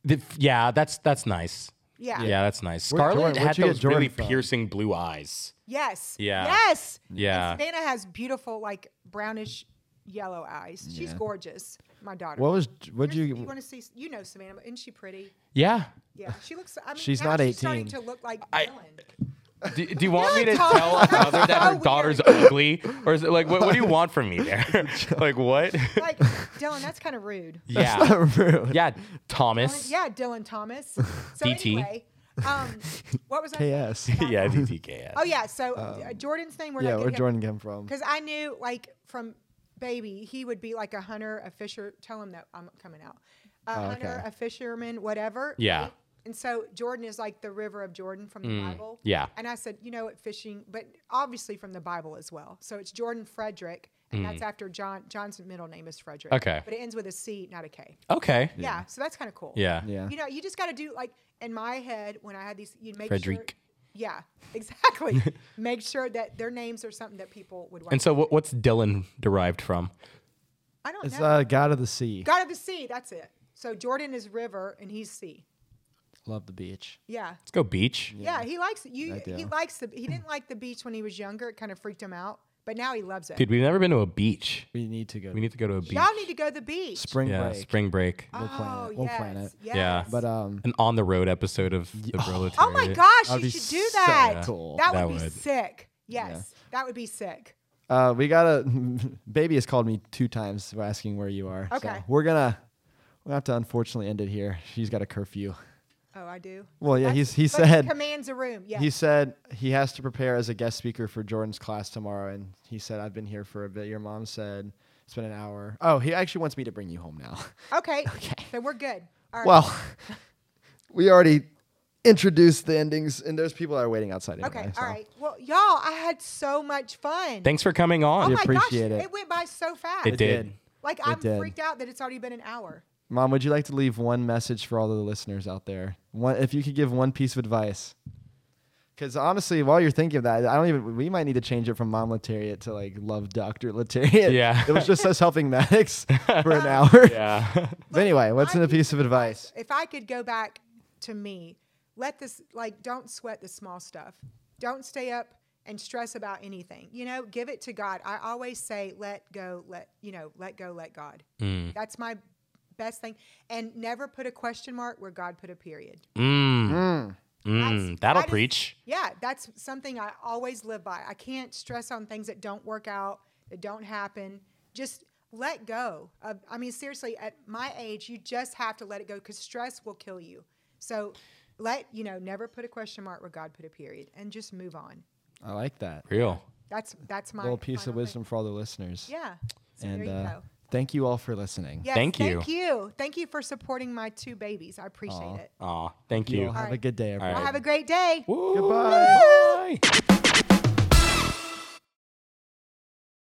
the, yeah, that's that's nice. Yeah. Yeah, that's nice. Where- Jordan, Scarlett where'd had you get those Jordan really from? piercing blue eyes. Yes. Yeah. Yes. Yeah. And Savannah has beautiful like brownish yellow eyes. She's Yeah. gorgeous. My daughter. What was? Would Here's- you? You want to see? You know Savannah, but isn't she pretty? Yeah. Yeah. She looks. I mean, She's now not starting 18. to look like I- Dylan. Do, do you want me to You're talking- tell her mother (laughs) that her so daughter's weird. ugly, or is it like what? What do you want from me there? (laughs) like what? Like Dylan, that's kind of rude. That's (laughs) yeah. not rude. Yeah. Thomas. Yeah, Dylan (laughs) Thomas. So DT. anyway, um, what was I? saying? KS. (laughs) (laughs) yeah. DTKS. Oh yeah. So uh Jordan's thing. We're Um, yeah, not where getting Jordan came from? Because I knew like from baby, he would be like a hunter, a fisher. Tell him that I'm coming out. A Oh, hunter, okay. a fisherman, whatever. Yeah. Mm, right? And so Jordan is like the river of Jordan from the Bible. yeah. And I said, you know what, fishing, but obviously from the Bible as well. So it's Jordan Frederick, and that's after John. John's middle name is Frederick. Mm. Okay. But it ends with a C, not a K. Okay. Yeah. so that's kind of cool. Yeah. Yeah. You know, you just got to do like in my head when I had these, you'd make Frederick. sure. Yeah, (laughs) exactly. make sure that their names are something that people would. And so, what, what's Dylan derived from? I don't It's know. uh, God of the Sea. God of the Sea. That's it. So Jordan is river and he's sea. Love the beach. Yeah. Let's go beach. Yeah, he likes you. I do. He likes the. He didn't like the beach when he was younger. It kind of freaked him out, but now he loves it. Dude, we've never been to a beach. We need to go. We need to go to a beach. Y'all need to go to the beach. spring yeah, break. spring break. We'll plan Oh, it. We'll plan yes, it. Yes. Yeah. But (laughs) um, An on the road episode of The Proletariat. oh my gosh, That'd you be should do so that. cool. That, That would be would. sick. Yes, that would be sick. uh, we gotta. (laughs) Baby has called me two times for asking where you are. Okay. So we're gonna. We have to unfortunately end it here. She's got a curfew. Oh, I do. Well, yeah, That's- he's he but said commands a room. Yeah. he said he has to prepare as a guest speaker for Jordan's class tomorrow, and he said I've been here for a bit. Your mom said it's been an hour. Oh, he actually wants me to bring you home now. (laughs) okay. Okay. Then we're good. All right. well, we already introduced the endings, and there's people that are waiting outside. Anyway, Okay. so. All right. Well, y'all, I had so much fun. Thanks for coming Oh on. We my appreciate gosh, it. it. went by so fast. It did. did. Like I'm did. freaked out that it's already been an hour. Mom, would you like to leave one message for all of the listeners out there? One, if you could give one piece of advice. Because honestly, while you're thinking of that, I don't even. We might need to change it from Mom Letariat to like Love Doctor Letariat. Yeah. it was just us (laughs) helping Maddox for an hour. Yeah. But anyway, what's my in a piece of advice? If I could go back to me, let this like don't sweat the small stuff. Don't stay up and stress about anything. You know, give it to God. I always say let go, let you know, let go, let God. That's my best thing. And never put a question mark where God put a period. Mm, that'll Mm. that is- preach. Yeah, that's something I always live by. I can't stress on things that don't work out, that don't happen. Just let go. Of, I mean, seriously, at my age, you just have to let it go because stress will kill you. So let, you know, never put a question mark where God put a period and just move on. I like that Real. That's that's my little piece of final thing. wisdom for all the listeners. Yeah. So and there you uh, go. thank you all for listening. Yes, thank you. Thank you. Thank you for supporting my two babies. I appreciate it. Aw, thank You you. all have a right. good day, everyone. right. Well, have a great day. Woo, Goodbye. Bye.